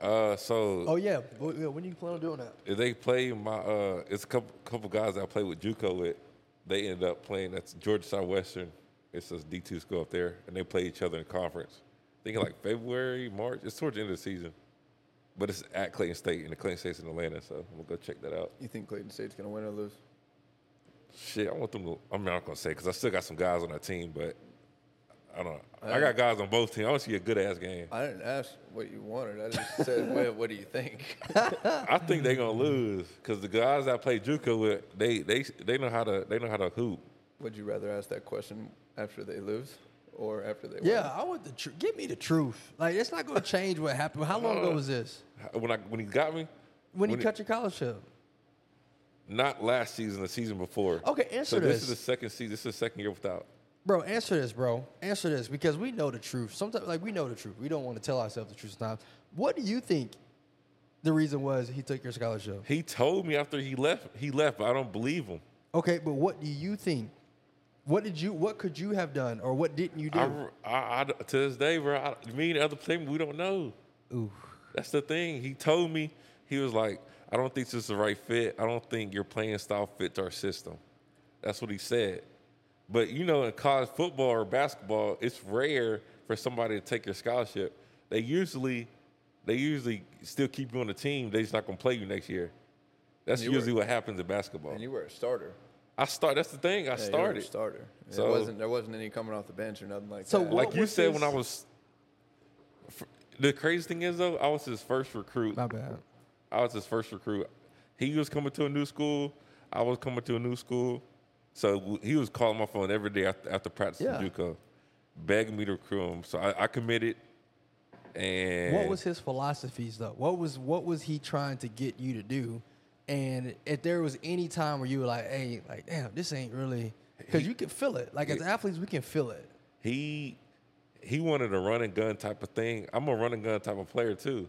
B: Uh, so
C: Oh yeah. Well, yeah, When do you plan on doing that?
B: If they play my uh it's a couple couple guys I play with JUCO with, they ended up playing that's Georgia Southwestern. It's this D two school up there, and they play each other in conference. I think in, like February, March. It's towards the end of the season. But it's at Clayton State, and the Clayton State's in Atlanta, so I'm gonna go check that out.
A: You think Clayton State's gonna win or lose?
B: Shit, I want them to. I'm not gonna say because I still got some guys on that team, but I don't. know. I got guys on both teams. I want to see a good ass game.
A: I didn't ask what you wanted. I just said, well, what do you think?
B: I think they're gonna lose because the guys I play JUCO with, they they they know how to they know how to hoop.
A: Would you rather ask that question after they lose or after they win?
C: Yeah, I want the truth. Give me the truth. Like it's not going to change what happened. How long ago was this?
B: When I when he got me,
C: Uh,
B: When
C: When, you
B: it-
C: cut your college ship?
B: Not last season, the season before.
C: Okay, answer
B: so this.
C: this.
B: is the second season. This is the second year without.
C: Bro, answer this, bro. Answer this because we know the truth. Sometimes, like we know the truth, we don't want to tell ourselves the truth. Sometimes, what do you think the reason was he took your scholarship?
B: He told me after he left. He left, but I don't believe him.
C: Okay, but what do you think? What did you? What could you have done, or what didn't you do?
B: I, I, I- to this day, bro. I, me and the other player, we don't know.
C: Ooh,
B: That's the thing. He told me he was like, I don't think this is the right fit. I don't think your playing style fits our system. That's what he said. But you know, in college football or basketball, it's rare for somebody to take your scholarship. They usually, they usually still keep you on the team. They just not gonna play you next year. That's
A: You were-
B: usually what happens in basketball.
A: And you were a starter.
B: I start. That's the thing. I
A: Yeah, you were
B: started.
A: a starter. So
B: So-
A: there wasn't, there wasn't any coming off the bench or nothing like
C: So
A: that.
C: what-
B: like you
C: was
B: said, when I
C: his-
B: was. fr- The crazy thing is though, I was his first recruit.
C: my bad.
B: I was his first recruit. He was coming to a new school. I was coming to a new school. So w- he was calling my phone every day after, after practice in
C: Yeah.
B: JUCO, begging me to recruit him. So I, I committed. And
C: What was his philosophies though? What was what was he trying to get you to do? And if there was any time where you were like, "Hey, like, damn, this ain't really," because you can feel it. Like as athletes, we can feel it.
B: he he wanted a run and gun type of thing. I'm a run and gun type of player too.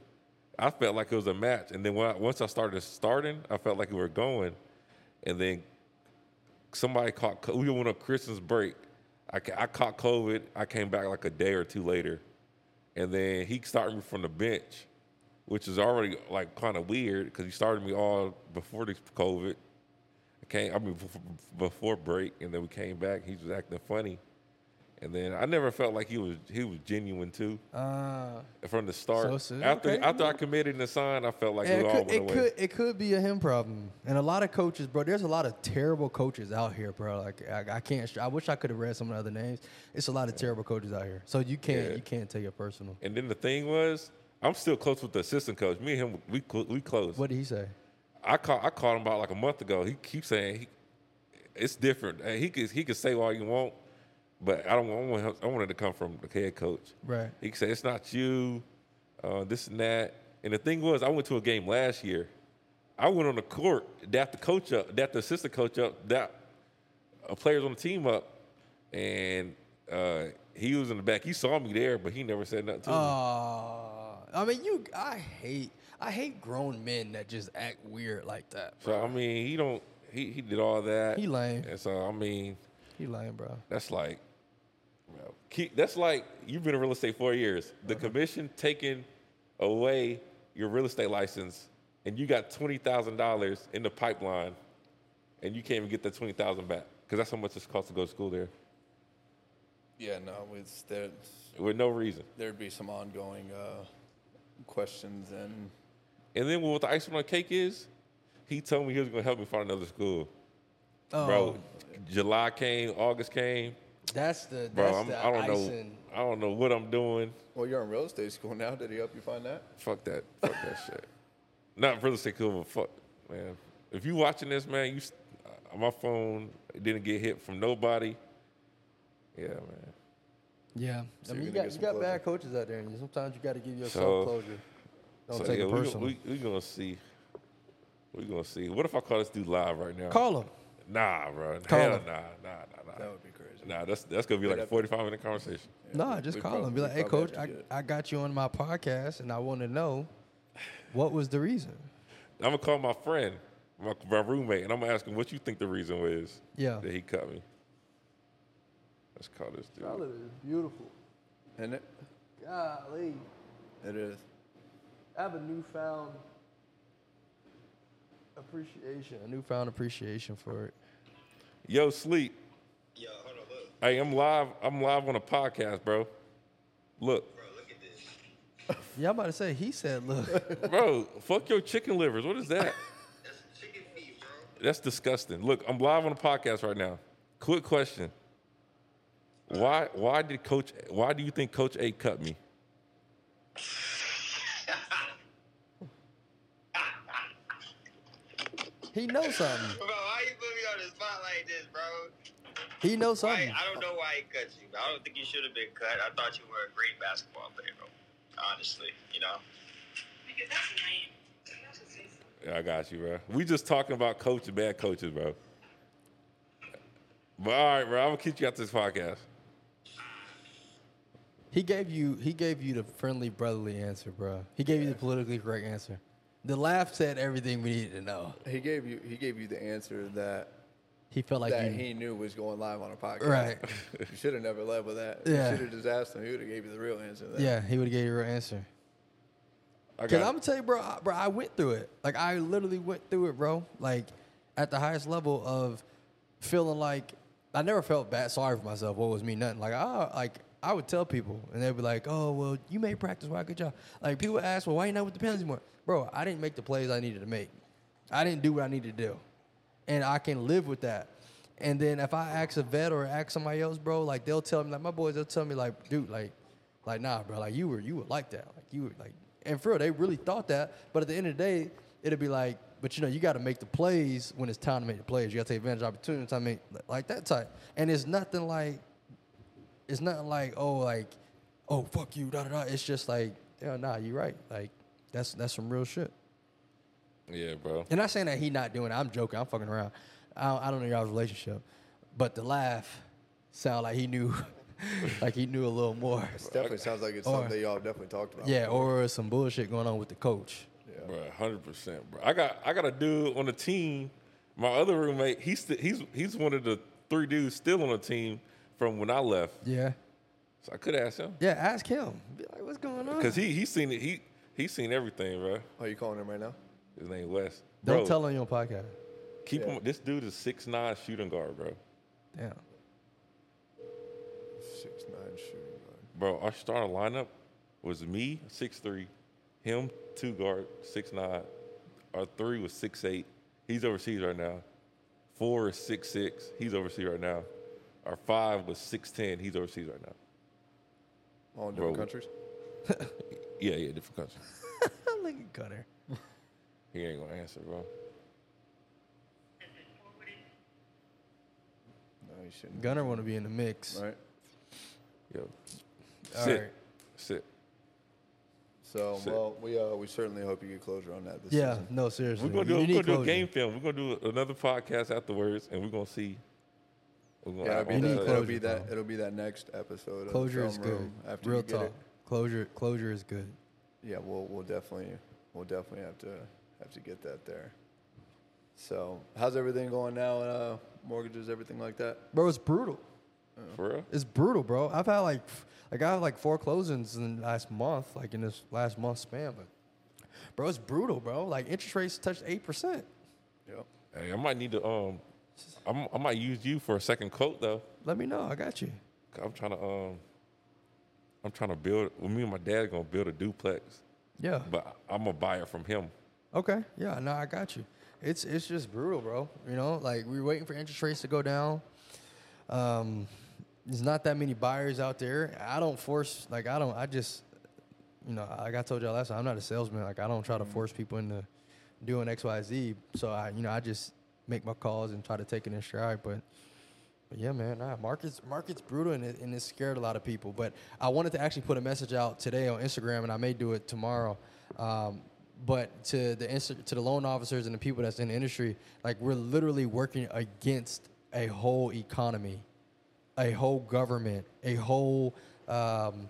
B: I felt like it was a match, and then when I, once I started starting, I felt like we were going, and then somebody caught. co- We went on Christmas break. I, ca- I caught COVID. I came back like a day or two later, and then he started me from the bench, which is already like kind of weird because he started me all before the COVID. I came, I mean, bef- before break, and then we came back. He was acting funny, and then I never felt like he was he was genuine too
C: Uh,
B: from the start.
C: So soon?
B: After
C: Okay.
B: after I committed and signed, I felt like
C: yeah,
B: we
C: it
B: all
C: could,
B: went
C: it
B: away.
C: could it could be a him problem, and a lot of coaches, bro. There's a lot of terrible coaches out here, bro. Like I, I can't. str- I wish I could have read some of the other names. It's a lot of terrible coaches out here, so you can't
B: Yeah.
C: you can't take it personal.
B: And then the thing was, I'm still close with the assistant coach. Me and him, we cl- we close.
C: What did he say?
B: I caught I caught him about like a month ago. He keeps saying he, it's different. Uh, He could he could say all you want, but I don't want- I want him- I wanted to come from the head coach.
C: Right.
B: He said it's not you, uh, this and that. And the thing was, I went to a game last year. I went on the court, dapped the coach up, dapped the assistant coach up, dapped uh, players on the team up, and uh, he was in the back. He saw me there, but he never said nothing to
C: Oh,
B: me.
C: Uh, I mean, you. I hate. I hate grown men that just act weird like that.
B: So I mean, he don't. He, he did all that.
C: He lame.
B: And so I mean,
C: He lying, bro.
B: that's like, well, keep, that's like you've been in real estate four years. The
C: Uh-huh.
B: commission taking away your real estate license, and you got twenty thousand dollars in the pipeline, and you can't even get that twenty thousand back because that's how much it's cost to go to school there
A: Yeah, no, it's there.
B: with no reason.
A: There'd be some ongoing uh, questions and
B: And then what the icing on the cake is, he told me he was gonna help me find another school,
C: Oh,
B: bro. July came, August came,
C: that's the that's
B: bro. I'm,
C: the
B: I don't
C: icing.
B: know. I don't know what I'm doing.
A: well, you're in real estate school now. Did he help you find that?
B: Fuck that. Fuck that shit. Not real estate cool, but fuck, man. If you watching this, man, you s- uh, my phone didn't get hit from nobody. Yeah, man.
C: Yeah,
A: So
C: I
A: you're
C: mean,
A: gonna
C: you got
A: get
C: you
A: some
C: got
A: closure.
C: bad coaches out there, and sometimes you got to give yourself
B: So-
C: closure. Don't
B: So,
C: take
B: yeah,
C: it
B: we gon-
C: personal.
B: We, we, gonna see. We gonna see. What if I call this dude live right now?
C: Call him.
B: Nah, bro.
C: Call
B: Hell
C: him.
B: nah, nah, nah, nah.
A: That would be crazy.
B: Nah, that's that's gonna be like a
A: have-
B: 45 minute conversation.
A: Yeah,
C: Nah,
A: we-
C: just
A: we
C: call
A: prob-
C: him. Be
A: we
C: like, hey,
A: probably have
C: coach,
A: to
C: I,
A: do it.
C: I got you on my podcast, and I want to know what was the reason.
B: I'm gonna call my friend, my, my roommate, and I'm gonna ask him what you think the reason was
C: Yeah.
B: that he cut me. Let's call this dude.
C: Charlotte is beautiful.
A: And it,
C: Golly,
A: it is.
C: I have a newfound appreciation, a newfound appreciation for it.
B: Yo, sleep.
D: Yo, hold on, look,
B: Hey, I'm live. I'm live on a podcast, bro. Look,
D: bro, look at this.
C: Yeah, I'm about to say. He said, "Look,
B: bro, fuck your chicken livers. What is that?
D: That's chicken feet, bro.
B: That's disgusting. Look, I'm live on a podcast right now. Quick question. Why why did coach why do you think coach A cut me?
C: he knows something.
D: Bro, why you put me on the spot like this, bro?
C: He knows
D: Why,
C: something."
D: I don't know why he cut you. I don't think you should have been cut. I thought you were a great basketball player, bro. Honestly, you know.
E: Because that's lame. That's just insane.
B: Yeah, I got you, bro. We just talking about coach and bad coaches, bro. But all right, bro, I'm gonna keep you out this podcast.
C: He gave you he gave you the friendly brotherly answer, bro. He gave you the politically correct answer. The laugh said everything we needed to know.
A: He gave you he gave you the answer that
C: He felt like
A: that
C: you,
A: he knew was going live on a podcast.
C: right.
A: You should have never led with that.
C: Yeah.
A: You should have just asked him. He would have gave you the real answer. To that.
C: yeah, he would have gave you a real answer.
B: I
C: Cause
B: got-
C: I'm gonna tell you, bro, I, bro, I went through it. Like I literally went through it, bro. Like at the highest level of feeling like I never felt bad, sorry for myself. What was me? Nothing. Like I, like I would tell people, and they'd be like, "Oh, well, you made practice. Why? Good job." Like people ask, "Well, why you not with the penalty more?" Bro, I didn't make the plays I needed to make. I didn't do what I needed to do, and I can live with that. And then if I ask a vet or ask somebody else, bro, like they'll tell me, like my boys, they'll tell me, like, dude, like, like nah, bro, like you were, you were like that, like you were like, and for real, they really thought that. But at the end of the day, it'll be like, but you know, you got to make the plays when it's time to make the plays. You got to take advantage of opportunities. I mean, like that type. And it's nothing like it's not like oh like oh fuck you da da da. It's just like yeah nah you right like that's that's some real shit.
B: yeah, bro.
C: And not saying that he not doing it. I'm joking. I'm fucking around. I don't, I don't know y'all's relationship, but the laugh sound like he knew like he knew a little more.
A: It definitely sounds like it's
C: Or-
A: something y'all definitely talked about.
C: Yeah, or some bullshit going on with the coach.
B: Bro, hundred percent, bro. I got I got a dude on the team. My other roommate, he's st- he's he's one of the three dudes still on the team from when I left.
C: Yeah.
B: So I could ask him
C: Yeah, ask him. Be like, what's going on?
B: because he he's seen it. He he's seen everything, bro.
A: Are you calling him right now?
B: His name Wes.
C: Don't
B: Bro,
C: tell on your podcast.
B: Keep
A: Yeah.
B: him. This dude is six nine shooting guard, bro.
C: Damn.
A: Six nine shooting guard.
B: Bro, our starting lineup was me six three, him two guard six nine, our three was six eight. He's overseas right now. Four is six six. He's overseas right now. Our five was six ten. He's overseas right now.
A: All in different
B: Bro.
A: countries.
B: Yeah, yeah, different country.
C: Look at Gunner.
B: He ain't gonna answer, bro.
A: No, you shouldn't.
C: Gunner want to be in the mix.
A: Right.
B: Yo,
C: All
B: sit,
C: right.
B: sit.
A: So
B: Sick.
A: well, we uh, we certainly hope you get closure on that this
C: Yeah,
A: season.
C: no, seriously.
B: We're gonna do.
C: You
B: We're
C: need
B: gonna do a
C: closure.
B: game film. We're gonna do another podcast afterwards, and we're gonna see. We're gonna
A: Yeah, uh,
B: have all
A: it'll be,
C: need
A: that,
B: that-
A: it'll be
C: closure,
A: that.
C: bro.
A: It'll be that next episode. Of the
C: Closure is
A: film
C: good.
A: room After
C: Real
A: you get
C: talk.
A: it.
C: Closure, closure is good.
A: Yeah, we'll we'll definitely we'll definitely have to have to get that there. So how's everything going now? Uh, mortgages, everything like that.
C: Bro, it's brutal.
B: for real.
C: It's brutal, bro. I've had like, f- like I have like four closings in the last month, like in this last month span. But, bro, it's brutal, bro. Like interest rates touched eight percent.
A: Yep.
B: Hey, I might need to. Um, I'm, I might use you for a second quote though.
C: Let me know. I got you.
B: 'Cause I'm trying to. Um, I'm trying to build. Well, me and my dad gonna build a duplex,
C: Yeah.
B: but I'm gonna buy it from him.
C: Okay. Yeah. No, I got you. It's it's just brutal, bro. You know, like we're waiting for interest rates to go down. Um, there's not that many buyers out there. I don't force like I don't. I just, you know, like I told y'all last time, I'm not a salesman. Like I don't try to force people into doing X, Y, Z. So I, you know, I just make my calls and try to take it in stride. But, but yeah, man, nah, markets markets brutal and it, and it scared a lot of people. But I wanted to actually put a message out today on Instagram, and I may do it tomorrow. Um, but to the insta- to the loan officers and the people that's in the industry, like we're literally working against a whole economy, a whole government, a whole um,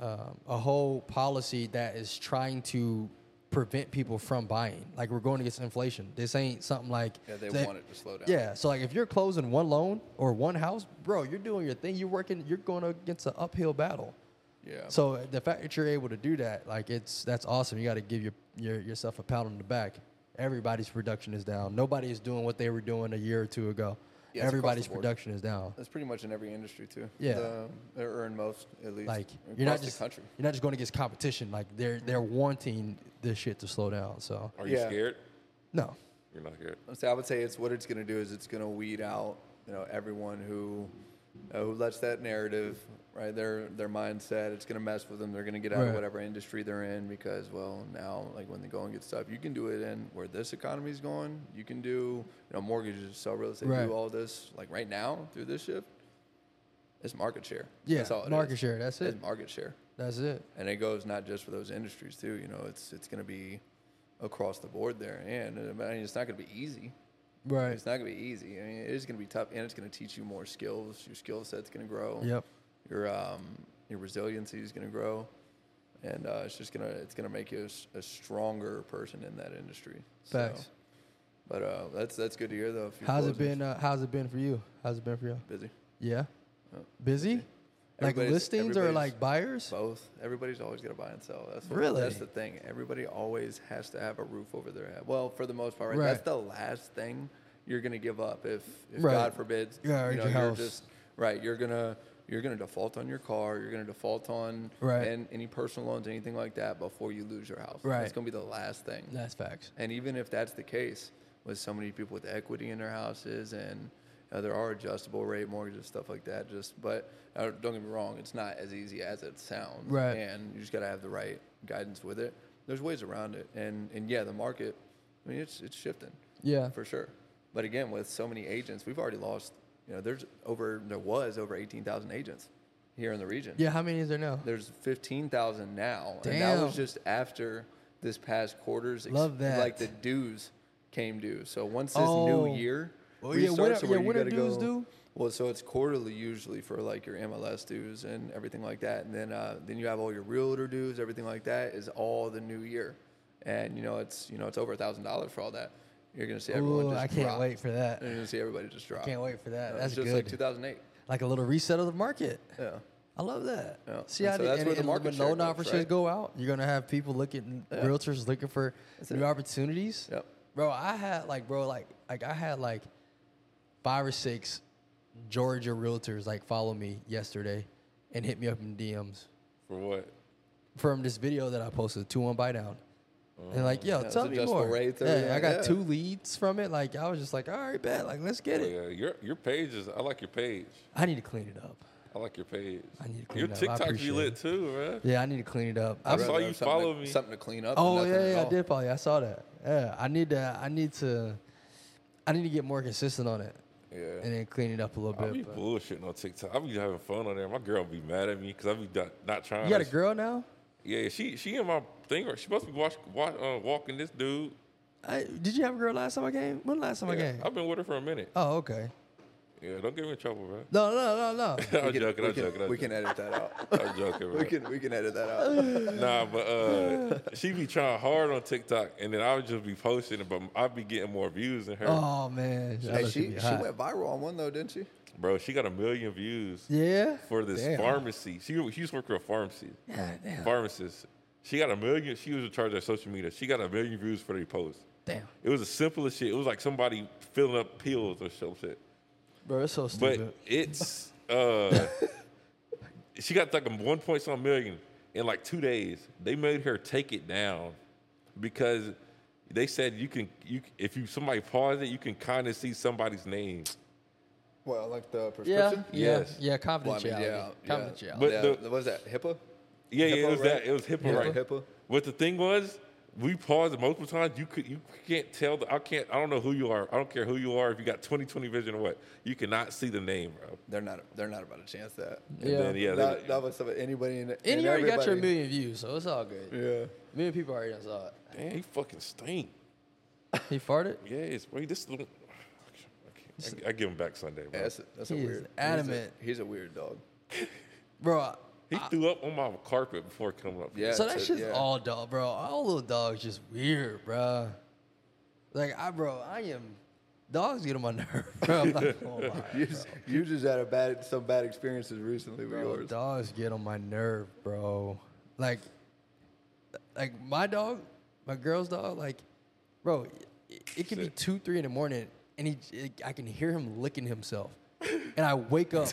C: um, a whole policy that is trying to prevent people from buying. Like we're going against inflation. This ain't something like
A: Yeah, they
C: that-
A: want it to slow down.
C: Yeah, so like if you're closing one loan or one house, bro, you're doing your thing. You're working. You're going against an uphill battle.
A: Yeah.
C: So the fact that you're able to do that, like it's that's awesome. You got to give your, your yourself a pat on the back. Everybody's production is down. Nobody is doing what they were doing a year or two
A: Yeah,
C: ago.
A: it's across the
C: Everybody's
A: board.
C: production is down.
A: that's pretty much in every industry too.
C: Yeah.
A: The, or in most at least.
C: Like
A: across
C: you're not
A: the
C: just
A: country.
C: you're not just going against competition. Like they're they're wanting this shit to slow down. So
B: Are you
A: Yeah.
B: scared?
C: no,
B: You're not scared.
A: So I would say it's what it's going to do is it's going to weed out, you know, everyone who uh, who lets that narrative, right? Their their mindset. It's going to mess with them. They're going to get out
C: Right.
A: of whatever industry they're in because, well, now like when the going gets tough, you can do it in where this economy's going. You can do you know mortgages, sell real estate,
C: Right.
A: do all this like right now through this shift. It's market share.
C: Yeah,
A: That's all it
C: market
A: is.
C: share, that's
A: It's
C: it.
A: market share
C: that's it.
A: and it goes not just for those industries too. You know, it's it's going to be across the board there, and uh, I mean, it's not going to be easy.
C: Right.
A: It's not going to be easy. I mean, it is going to be tough, and it's going to teach you more skills. Your skill set's going to grow.
C: Yep.
A: Your um your resiliency is going to grow, and uh, it's just gonna it's gonna make you a s- a, stronger person in that industry.
C: Facts.
A: but uh, that's that's good to hear though. if you're
C: How's it
A: closing.
C: been? Uh, how's it been for you? How's it been for you?
A: Busy.
C: Yeah. Busy? Like
A: Oh, Everybody's-
C: listings or
A: everybody's-
C: like buyers?
A: Both. Everybody's always gonna buy and sell. That's what,
C: Really?
A: That's the thing. Everybody always has to have a roof over their head. Well, for the most part, right? That's
C: Right.
A: the last thing you're gonna give up if, if
C: Right.
A: God forbid,
C: Yeah,
A: you
C: your
A: know, you're
C: house.
A: just right. You're gonna you're gonna default on your car. You're gonna default on
C: Right.
A: and any personal loans, anything like that, before you lose your house.
C: Right.
A: That's gonna be the last thing.
C: That's facts.
A: And even if that's the case, with so many people with equity in their houses, and uh, there are adjustable rate mortgages, stuff like that. Just, but uh, don't get me wrong, it's not as easy as it sounds.
C: Right.
A: And you just got to have the right guidance with it. There's ways around it, and and yeah, the market. I mean, it's it's shifting.
C: Yeah.
A: For sure. But again, with so many agents, we've already lost. You know, there's over there was over eighteen thousand agents here in the region
C: Yeah, how many is there now?
A: there's 15,000 now. And that was
C: Damn.
A: just after this past quarter's ex-
C: Love that.
A: like the dues came due. So once this
C: Oh.
A: new year
C: Well, yeah, when
A: restarts
C: are-
A: to where
C: Oh, yeah,
A: you
C: when are
A: gotta
C: dues
A: go-
C: due?
A: Well, so it's quarterly usually for like your MLS dues and everything like that, and then uh, then you have all your realtor dues, everything like that is all the new year, and you know it's you know it's over a thousand dollars for all that. You're gonna see everyone.
C: Ooh,
A: just
C: I can't
A: drop.
C: wait for that.
A: You're gonna see everybody just drop.
C: Can't wait for that.
A: You know,
C: That's
A: it's just
C: good.
A: like 2008.
C: like a little reset of the market.
A: Yeah.
C: I love that.
A: Yeah.
C: See
A: And
C: how
A: so
C: the-
A: that's
C: and-
A: where the
C: and
A: market
C: when
A: share
C: loan
A: goes,
C: offers
A: right?
C: go out, you're gonna have people looking, realtors looking for new
A: it.
C: opportunities.
A: Yep.
C: Bro, I had like, bro, like, like I had like five or six Georgia realtors like follow me yesterday and hit me up in DMs
B: For what?
C: from this video that I posted, two one buy down. And like, yo,
A: it's
C: tell me
A: Mm. adjustable
C: more.
A: rate there,
C: yeah,
A: yeah,
C: I got
A: yeah.
C: two leads from it. Like, I was just like, all right, bet, like, let's get
B: Oh,
C: it.
B: yeah, your your page is. I like your page.
C: I need to clean it up.
B: I like your page.
C: I need to clean
B: your
C: it up. I
B: TikTok be
C: appreciate
B: lit
C: it.
B: too, man.
C: Yeah, I need to clean it up.
B: I
A: I'd
B: saw
A: rather
B: you
A: have something to-
B: follow me.
A: Something to clean up. than
C: Oh
A: nothing
C: yeah,
A: at
C: yeah, I
A: all.
C: did follow you. I saw that. Yeah, I need to. I need to. I need to get more consistent on it
B: Yeah.
C: and then clean it up a little
B: I be
C: bit. but-
B: bullshitting on TikTok. I be having fun on there. My girl be mad at me because I be do- not trying.
C: You got a
B: to-
C: girl now?
B: Yeah, she she in my thing. Right? She must be watch, watch, uh, walking this dude.
C: I, did you have a girl last time I came? When last time I
B: Yeah,
C: came?
B: I've been with her for a minute.
C: Oh, okay.
B: Yeah, don't get me in trouble, bro.
C: No, no, no, no.
B: I'm
A: We can-
B: Oh, joking.
A: we
B: I'm
A: can-
B: joking. I'm
A: We can edit that out.
B: joking. I'm joking, bro.
A: We can we can edit that out.
B: Nah, but uh, she be trying hard on TikTok, and then I would just be posting, but I'd be getting more views than her.
C: oh man, that
A: Hey,
C: looks
A: she
C: gonna be
A: she
C: hot.
A: went viral on one though, didn't she?
B: Bro, she got a million views
C: Yeah.
B: for this
C: Damn.
B: pharmacy. She, she used to work for a pharmacy,
C: Yeah, damn.
B: pharmacist. She got a million. She was in charge of social media. She got a million views for the post.
C: damn.
B: It was the simplest shit. It was like somebody filling up pills or some shit.
C: Bro, it's so
B: But
C: stupid.
B: it's uh, she got like a one point some million in like two days. They made her take it down because they said you can you if you somebody pause it, you can kind of see somebody's name.
A: Well, like the
C: yeah,
A: prescription.
B: Yes.
C: yeah, yeah,
A: Well, I
C: confidentiality,
A: mean, yeah, yeah.
C: confidentiality.
B: But
A: yeah,
B: the-
A: what was that HIPAA?
B: Yeah, yeah,
A: Hippo,
B: it was
A: right?
B: that. It was HIPAA,
A: Yeah.
B: right?
A: Hippo.
B: What the thing was, we paused multiple times. You could, you can't tell. The, I can't. I don't know who you are. I don't care who you are. If you got 20/20 vision or what, you cannot see the name, bro.
A: They're not they're not about to chance that.
B: And
C: Yeah.
B: then, yeah, they-
A: that, that was something anybody in
C: and you already got your
A: everybody-
C: million views, so it's all good.
A: Yeah.
C: Million people already done saw it.
B: damn, he fucking stink.
C: He farted.
B: Yeah, it's wait. This little, I, can't- I, I give him back Sunday,
A: Yeah,
B: bro.
A: that's a, that's a
C: He is
A: weird.
C: adamant.
A: He's a, he's a weird dog.
C: Bro, I-
B: He threw up on my carpet before coming up.
A: Yeah.
C: So that
A: that's
C: shit's
A: it, yeah.
C: all dog, bro. All little dogs just weird, bro. Like I, bro, I am. Dogs get on my nerve, bro. I'm not gonna lie,
A: You just, you just had a bad some bad experiences recently with
C: bro.
A: yours.
C: Dogs get on my nerve, bro. Like, like my dog, my girl's dog, like, bro, it, it can be
B: Sick.
C: two, three in the morning, and he, I can hear him licking himself, and I wake up,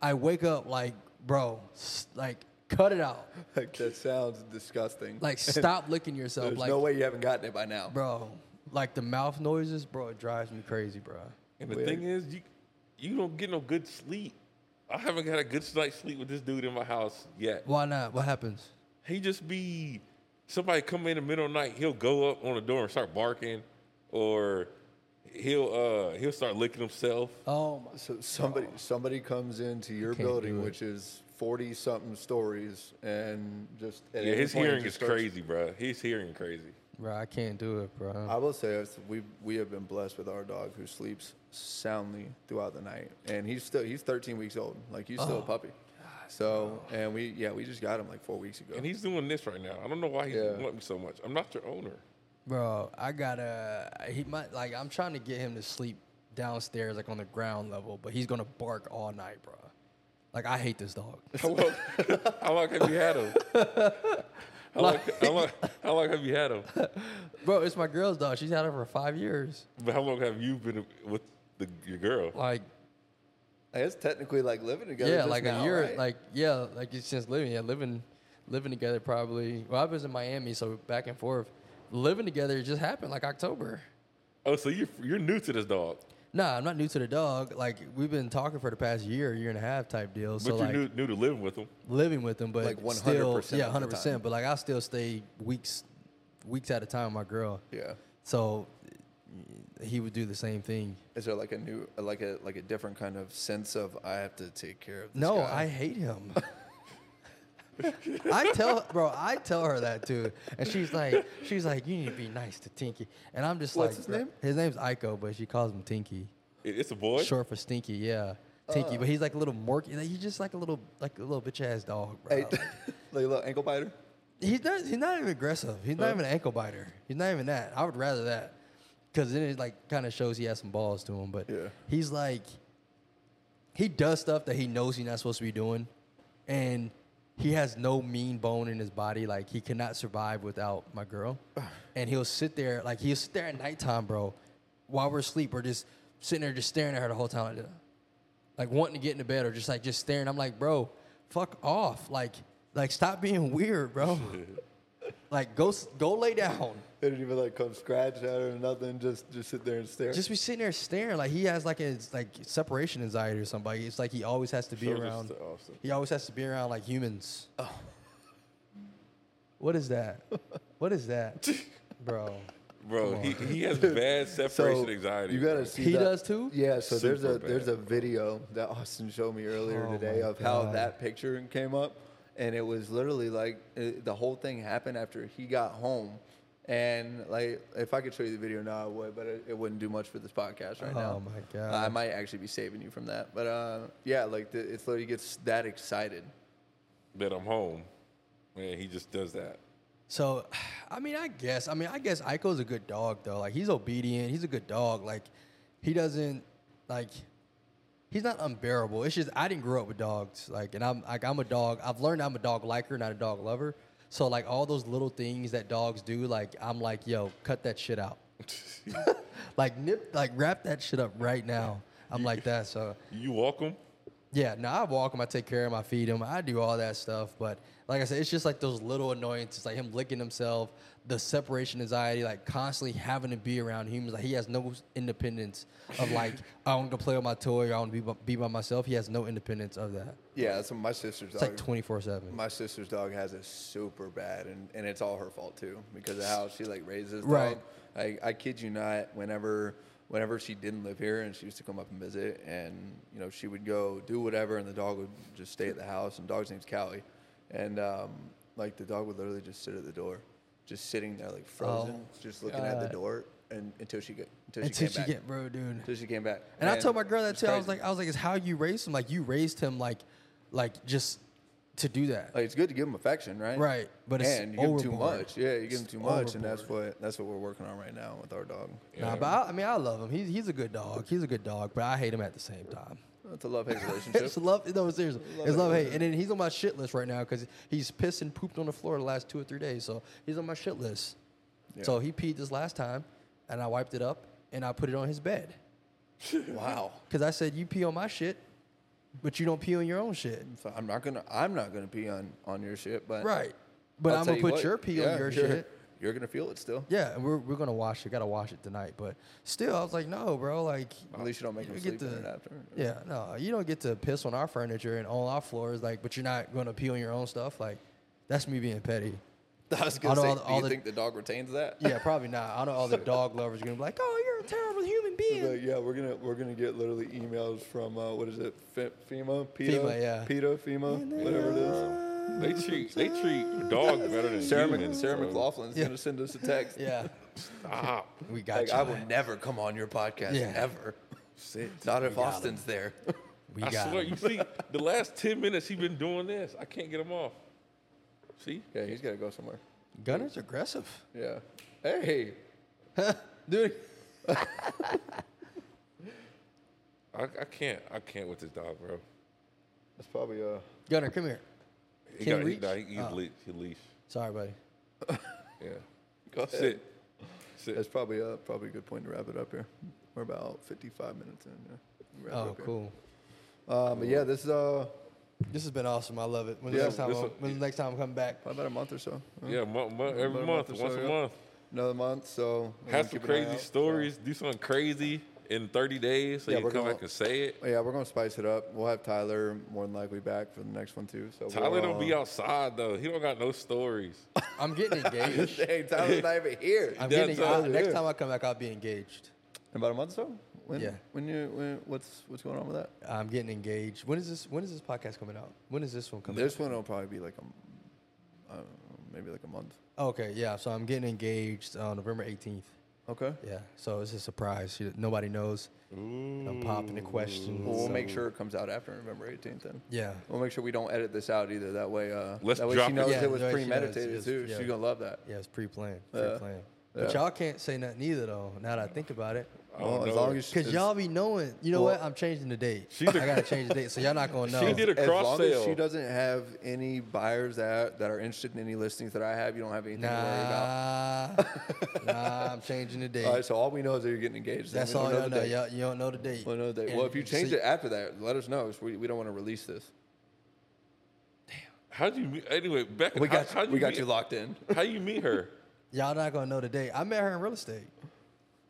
C: I wake up like, bro, s- like, cut it out,
A: Like that sounds disgusting.
C: like, stop licking yourself,
A: There's
C: like.
A: no way you haven't gotten it by now.
C: bro. Like the mouth noises, bro, it drives me crazy, bro.
B: And the thing is, you you don't get no good sleep. I haven't got a good night's sleep with this dude in my house yet.
C: Why not? What happens?
B: He just be somebody come in the middle of the night. He'll go up on the door and start barking, or he'll uh he'll start licking himself.
C: Oh my!
A: So somebody somebody comes into your
C: can't do
A: building,
C: it.
A: which is forty something stories, and just at
B: Yeah,
A: any
B: his
A: point it
B: hearing
A: just
B: is
A: starts-
B: crazy, bro. His hearing crazy.
C: Bro, I can't do it, bro.
A: I will say it's- we we have been blessed with our dog who sleeps soundly throughout the night, and he's still he's 13 weeks old, like he's
C: Oh.
A: still a puppy. So and we yeah we just got him like four weeks ago.
B: And he's doing this right now. I don't know why he
A: Yeah.
B: wants me so much. I'm not your owner.
C: Bro, I gotta. He might like. I'm trying to get him to sleep downstairs, like on the ground level, but he's gonna bark all night, bro. Like I hate this dog.
B: How long, how long have you had him? How long, how, long, how long have you had him?
C: Bro, it's my girl's dog. She's had her for five years.
B: But how long have you been with the, your girl?
C: Like
A: I guess technically like living together.
C: yeah,
A: just
C: like
A: now,
C: a year,
A: right?
C: like yeah, like it's since living, yeah, living, living together probably. Well, I was in Miami, so back and forth, living together. It just happened like October.
B: Oh, so you you're new to this dog,
C: Nah, I'm not new to the dog. Like we've been talking for the past year, year and a half type deal.
B: but
C: so
B: you're
C: like
B: new, new to living with him.
C: living with them, but
A: Like 100%
C: still, yeah,
A: of the
C: 100.
A: time.
C: percent But like I still stay weeks, weeks at a time with my girl.
A: yeah.
C: So he would do the same thing.
A: Is there like a new like a like a different kind of sense of I have to take care of? This
C: No,
A: guy?
C: I hate him. I tell bro, I tell her that too, and she's like, she's like, you need to be nice to Tinky, and I'm just
A: What's
C: like,
A: his
C: bro-
A: name?
C: His name's Iko, but she calls him Tinky.
B: It- It's a boy.
C: Short for stinky, yeah.
A: Uh.
C: Tinky, but he's like a little morky. Like, he's just like a little, like a little bitch ass dog, bro.
A: Hey, like a little ankle biter.
C: He's not. He's not even aggressive. He's not even an ankle biter. He's not even that. I would rather that, because then it like kind of shows he has some balls to him. But
A: Yeah.
C: he's like, he does stuff that he knows he's not supposed to be doing, and he has no mean bone in his body. Like he cannot survive without my girl, and he'll sit there like he'll sit there at nighttime, bro, while we're asleep. We're just sitting there, just staring at her the whole time. Like, this like wanting to get into bed or just like just staring. I'm like, bro, fuck off. Like, like stop being weird, bro. like, go s- go lay down.
A: They didn't even like come scratch at her or nothing. Just just sit there and stare.
C: Just be sitting there staring. Like he has like his like separation anxiety or somebody. It's like he always has to be
B: Short is
C: around.
B: awesome.
C: He always has to be around like humans. What is that? What is that, bro?
B: Bro, he, he has bad separation anxiety.
A: You gotta
B: bro.
A: see.
C: He
A: that-
C: does too?
A: Yeah. So there's
B: Super
A: a there's
B: bad.
A: a video that Austin showed me earlier
C: Oh
A: today
C: my
A: of how
C: God.
A: that picture came up, and it was literally like it, the whole thing happened after he got home, and like if I could show you the video now I would, but it, it wouldn't do much for this podcast right now.
C: Oh my God.
A: I might actually be saving you from that, but uh, yeah, like the, it's literally gets that excited.
B: that I'm home. Man, he just does that.
C: So, I mean, I guess. I mean, I guess Iko's a good dog though. Like he's obedient. He's a good dog. Like he doesn't like he's not unbearable. It's just I didn't grow up with dogs. Like and I'm like I'm a dog. I've learned I'm a dog liker, not a dog lover. So like all those little things that dogs do, like I'm like, yo, cut that shit out. like nip, like wrap that shit up right now. I'm like that. So
B: You walk him.
C: yeah, no, I walk him, I take care of him, I feed him, I do all that stuff. But like I said, it's just like those little annoyances, like him licking himself, the separation anxiety, like constantly having to be around humans. Like he has no independence of like I want to play with my toy, or I want to be by, be by myself. He has no independence of that.
A: Yeah, that's what my sister's.
C: It's like
A: dog-
C: twenty four seven.
A: My sister's dog has it super bad, and, and it's all her fault too because of how she like raises.
C: Right.
A: Dog. I I kid you not. Whenever whenever she didn't live here and she used to come up and visit, and you know she would go do whatever, and the dog would just stay at the house. And the dog's name's Callie, and um, like the dog would literally just sit at the door, just sitting there like frozen, just looking at the
C: Oh, God.
A: door, and until she get until she
C: Until
A: came
C: she
A: back.
C: get bro, dude.
A: until she came back.
C: And I told my girl that
A: it's
C: too. I was
A: crazy.
C: like, I was like, it's how you raised him. Like you raised him like, like just to do that.
A: Like it's good to give them affection, right?
C: Right, but it's
A: and you give 'em too
C: overboard.
A: much. Yeah, you give them
C: It's
A: too much, and that's what that's what we're working on right now with our dog.
C: Nah, but I, I mean, I love him. He's he's a good dog. He's a good dog, but I hate him at the same time.
A: It's a love hate relationship.
C: it's love. No, seriously, it's
A: it.
C: love hate. And then he's on my shit list right now because he's pissed and pooped on the floor the last two or three days. So he's on my shit list. So he peed this last time, and I wiped it up and I put it on his bed
A: wow.
C: because I said you pee on my shit, but you don't pee on your own shit.
A: So I'm not gonna I'm not gonna pee on on your shit, but
C: Right. But
A: I'll
C: I'm
A: tell
C: gonna
A: you
C: put
A: what,
C: your pee
A: yeah,
C: on your
A: you're-
C: shit.
A: You're gonna feel it still.
C: Yeah, and we're, we're gonna wash it. Gotta wash it tonight. But still, I was like, no, bro. Like,
A: At least you don't make
C: you
A: them
C: get
A: sleep
C: to,
A: in it after.
C: yeah, no, you don't get to piss on our furniture and on our floors. Like, but you're not gonna pee on your own stuff. Like, that's me being petty.
A: I was gonna
C: All the-
A: say,
C: all the-
A: do
C: all
A: you
C: the-
A: think the dog retains that?
C: Yeah, probably not. I know all the dog lovers are gonna be like, oh, you're a terrible human being.
A: Like, yeah, we're gonna we're gonna get literally emails from uh, what is it, Fe- FEMA, PETA,
C: FEMA, yeah.
A: PETA, FEMA, whatever it is.
B: They treat they treat dogs better than
A: Sarah, Mc,
B: humans.
A: Sarah
B: bro. Ah,
A: McLaughlin's
C: Yeah.
A: gonna send us a text.
C: yeah,
B: Stop.
C: we got
A: Like
C: you.
A: I will never come on your podcast
C: Yeah.
A: ever. Not if Austin's there.
C: we
B: I
C: got
B: swear,
C: him.
B: you see, the last ten minutes he been doing this. I can't get him off. See,
A: yeah, he's gotta go somewhere.
C: Gunner's aggressive.
A: Yeah. Hey.
C: Dude,
B: I, I can't. I can't with this dog, bro.
A: That's probably uh
C: Gunner, come here.
B: He
C: Can
B: got
C: reach?
B: He, nah, he, he's
C: Oh.
B: leash. He leash.
C: Sorry, buddy.
B: Yeah.
A: go ahead.
B: Sit. Sit.
A: That's probably uh probably a good point to wrap it up here. We're about fifty five minutes in, yeah. Wrap it
C: Oh,
A: up here.
C: cool.
A: Um but yeah, this is uh
C: This has been awesome. I love it. When's
A: Yeah,
C: the next time?
B: this
C: I'm,
B: will-
C: when's the next time I'm coming back?
A: probably about a month or so. huh?
B: yeah, mo- mo- every
A: Another
B: month,
A: month or
B: once
A: so,
B: a
A: yeah.
B: month.
A: Another month, so we're gonna
B: Have some
A: keep an eye
B: crazy
A: out, so-
B: stories. Do something crazy in 30 days, so
A: Yeah,
B: you
A: we're
B: can come
A: gonna-
B: back and say it.
A: Yeah, we're gonna spice it up. We'll have Tyler more than likely back for the next one too. So
B: Tyler
A: we'll,
B: don't be
A: uh,
B: outside though. He don't got no stories.
C: I'm getting engaged.
A: Hey, Tyler's not even here.
C: I'm
B: Yeah,
C: getting
B: so-
C: I- next
A: yeah.
C: time I come back, I'll be engaged.
A: In about a month or so? When,
C: Yeah.
A: When you when, what's what's going on with that?
C: I'm getting engaged. When is this? When is this podcast coming out? When is this one coming?
A: This one will probably be like a, I don't know, maybe like a month.
C: out? Okay, yeah. So I'm getting engaged on uh, November 18th.
A: Okay.
C: Yeah. So it's a surprise. You- Nobody knows. And I'm popping the question.
A: Well, we'll make sure it comes out after November 18th then.
C: Yeah.
A: We'll make sure we don't edit this out either. That way, uh,
B: Let's
A: that way
B: drop
A: she
B: it.
A: knows
C: Yeah,
A: it was
C: that way she knows
A: premeditated
C: it's-
A: too.
C: yeah.
A: She's gonna love that.
C: Yeah, it's pre-planned.
A: Yeah.
C: Pre-planned. But
A: Uh, Yeah.
C: y'all can't say nothing either though. Now that I think about it,
A: Well,
B: don't
A: as
B: know.
A: long as
C: because
A: as-
C: y'all be knowing. You know
A: Well-
C: what? I'm changing the date.
B: She's a-
C: I gotta change the date, so y'all not gonna know.
B: She did a
A: as
B: cross
A: long
B: sale.
A: as she doesn't have any buyers that that are interested in any listings that I have, you don't have anything to worry about.
C: Nah, nah, I'm changing the date.
A: All right, so all we know is that you're getting engaged.
C: That's all y'all know. Y'all, you don't know the date.
A: Well, no,
C: And
A: well, if you change
C: see-
A: it after that, let us know. 'cause We, we don't want to release this.
B: How do you meet? Anyway, Becca,
A: We got
B: how, how
A: you, we got
B: meet,
A: you locked in.
B: How you meet her?
C: y'all not gonna know the date. I met her in real estate.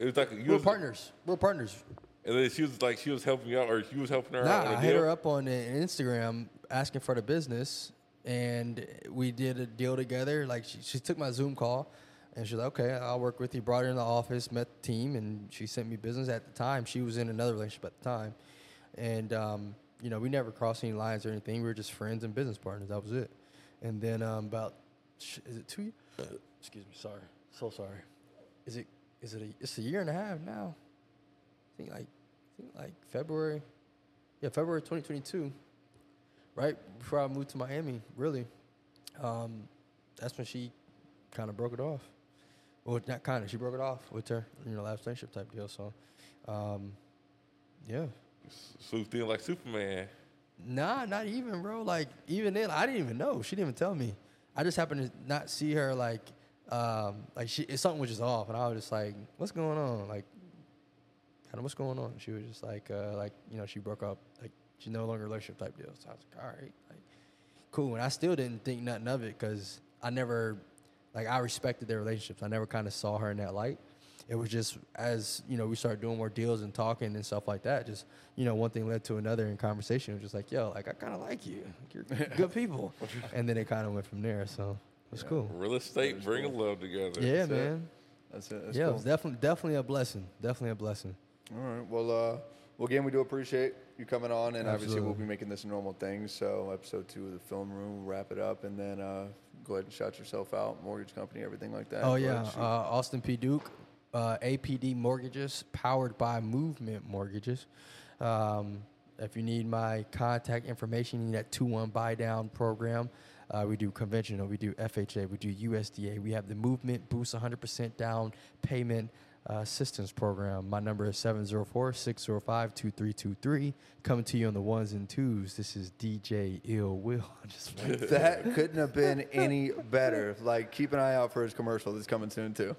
B: It was like you
C: We're
B: was,
C: partners. We're partners.
B: and then she was like she was helping you out, or you was helping her out.
C: Nah,
B: on
C: I
B: a
C: hit
B: deal?
C: her up on uh, Instagram asking for the business, and we did a deal together. Like she, she took my Zoom call, and she's like, "Okay, I'll work with you." Brought her in the office, met the team, and she sent me business. At the time, she was in another relationship at the time, and um, you know we never crossed any lines or anything. We were just friends and business partners. That was it. And then um, about sh- is it two?
B: Uh,
C: ye- Excuse me, sorry, so sorry. Is it is it a, it's a year and a half now? I think like I think like February. Yeah, February 2022, right before I moved to Miami, really. Um, that's when she kind of broke it off. Well, not kind of. She broke it off with her, you know, last friendship type deal. So, um, yeah.
B: swooped in like Superman.
C: Nah, not even, bro. Like even then, I didn't even know. She didn't even tell me. I just happened to not see her. Like, um, like she it's something was just off, and I was just like, "What's going on?" Like, kind of what's going on? She was just like, uh, like you know, she broke up. Like she's no longer a relationship type deal. So I was like, all right, like cool. And I still didn't think nothing of it because I never, like, I respected their relationships. I never kind of saw her in that light. It was just as you know, we started doing more deals and talking and stuff like that. Just you know, one thing led to another in conversation. It was just like, yo, like I kind of like you. Like, you're good people. and then it kind of went from there. So it was cool.
B: Real estate bringing love together.
C: Yeah,
A: That's it.
C: man.
A: That's it. That's
C: yeah, it
A: cool.
C: was definitely definitely a blessing. Definitely a blessing.
A: All right. Well, uh, well, again, we do appreciate you coming on, and obviously we'll
C: Absolutely.
A: be making this a normal thing. So episode two of the film room, wrap it up, and then uh, go ahead and shout yourself out, mortgage company, everything like that.
C: Oh
A: Go ahead
C: yeah,
A: and shoot.
C: uh, Austin P. Duke, uh, APD Mortgages, powered by Movement Mortgages. Um, if you need my contact information, you need that two one buy down program. Uh, we do conventional, we do FHA, we do USDA. We have the Movement Boost 100% down payment uh, assistance program. My number is 704-605-2323. Coming to you on the ones and twos. This is DJ Ill Will. I just wanted to-
A: that couldn't have been any better. Like, keep an eye out for his commercial that's coming soon too.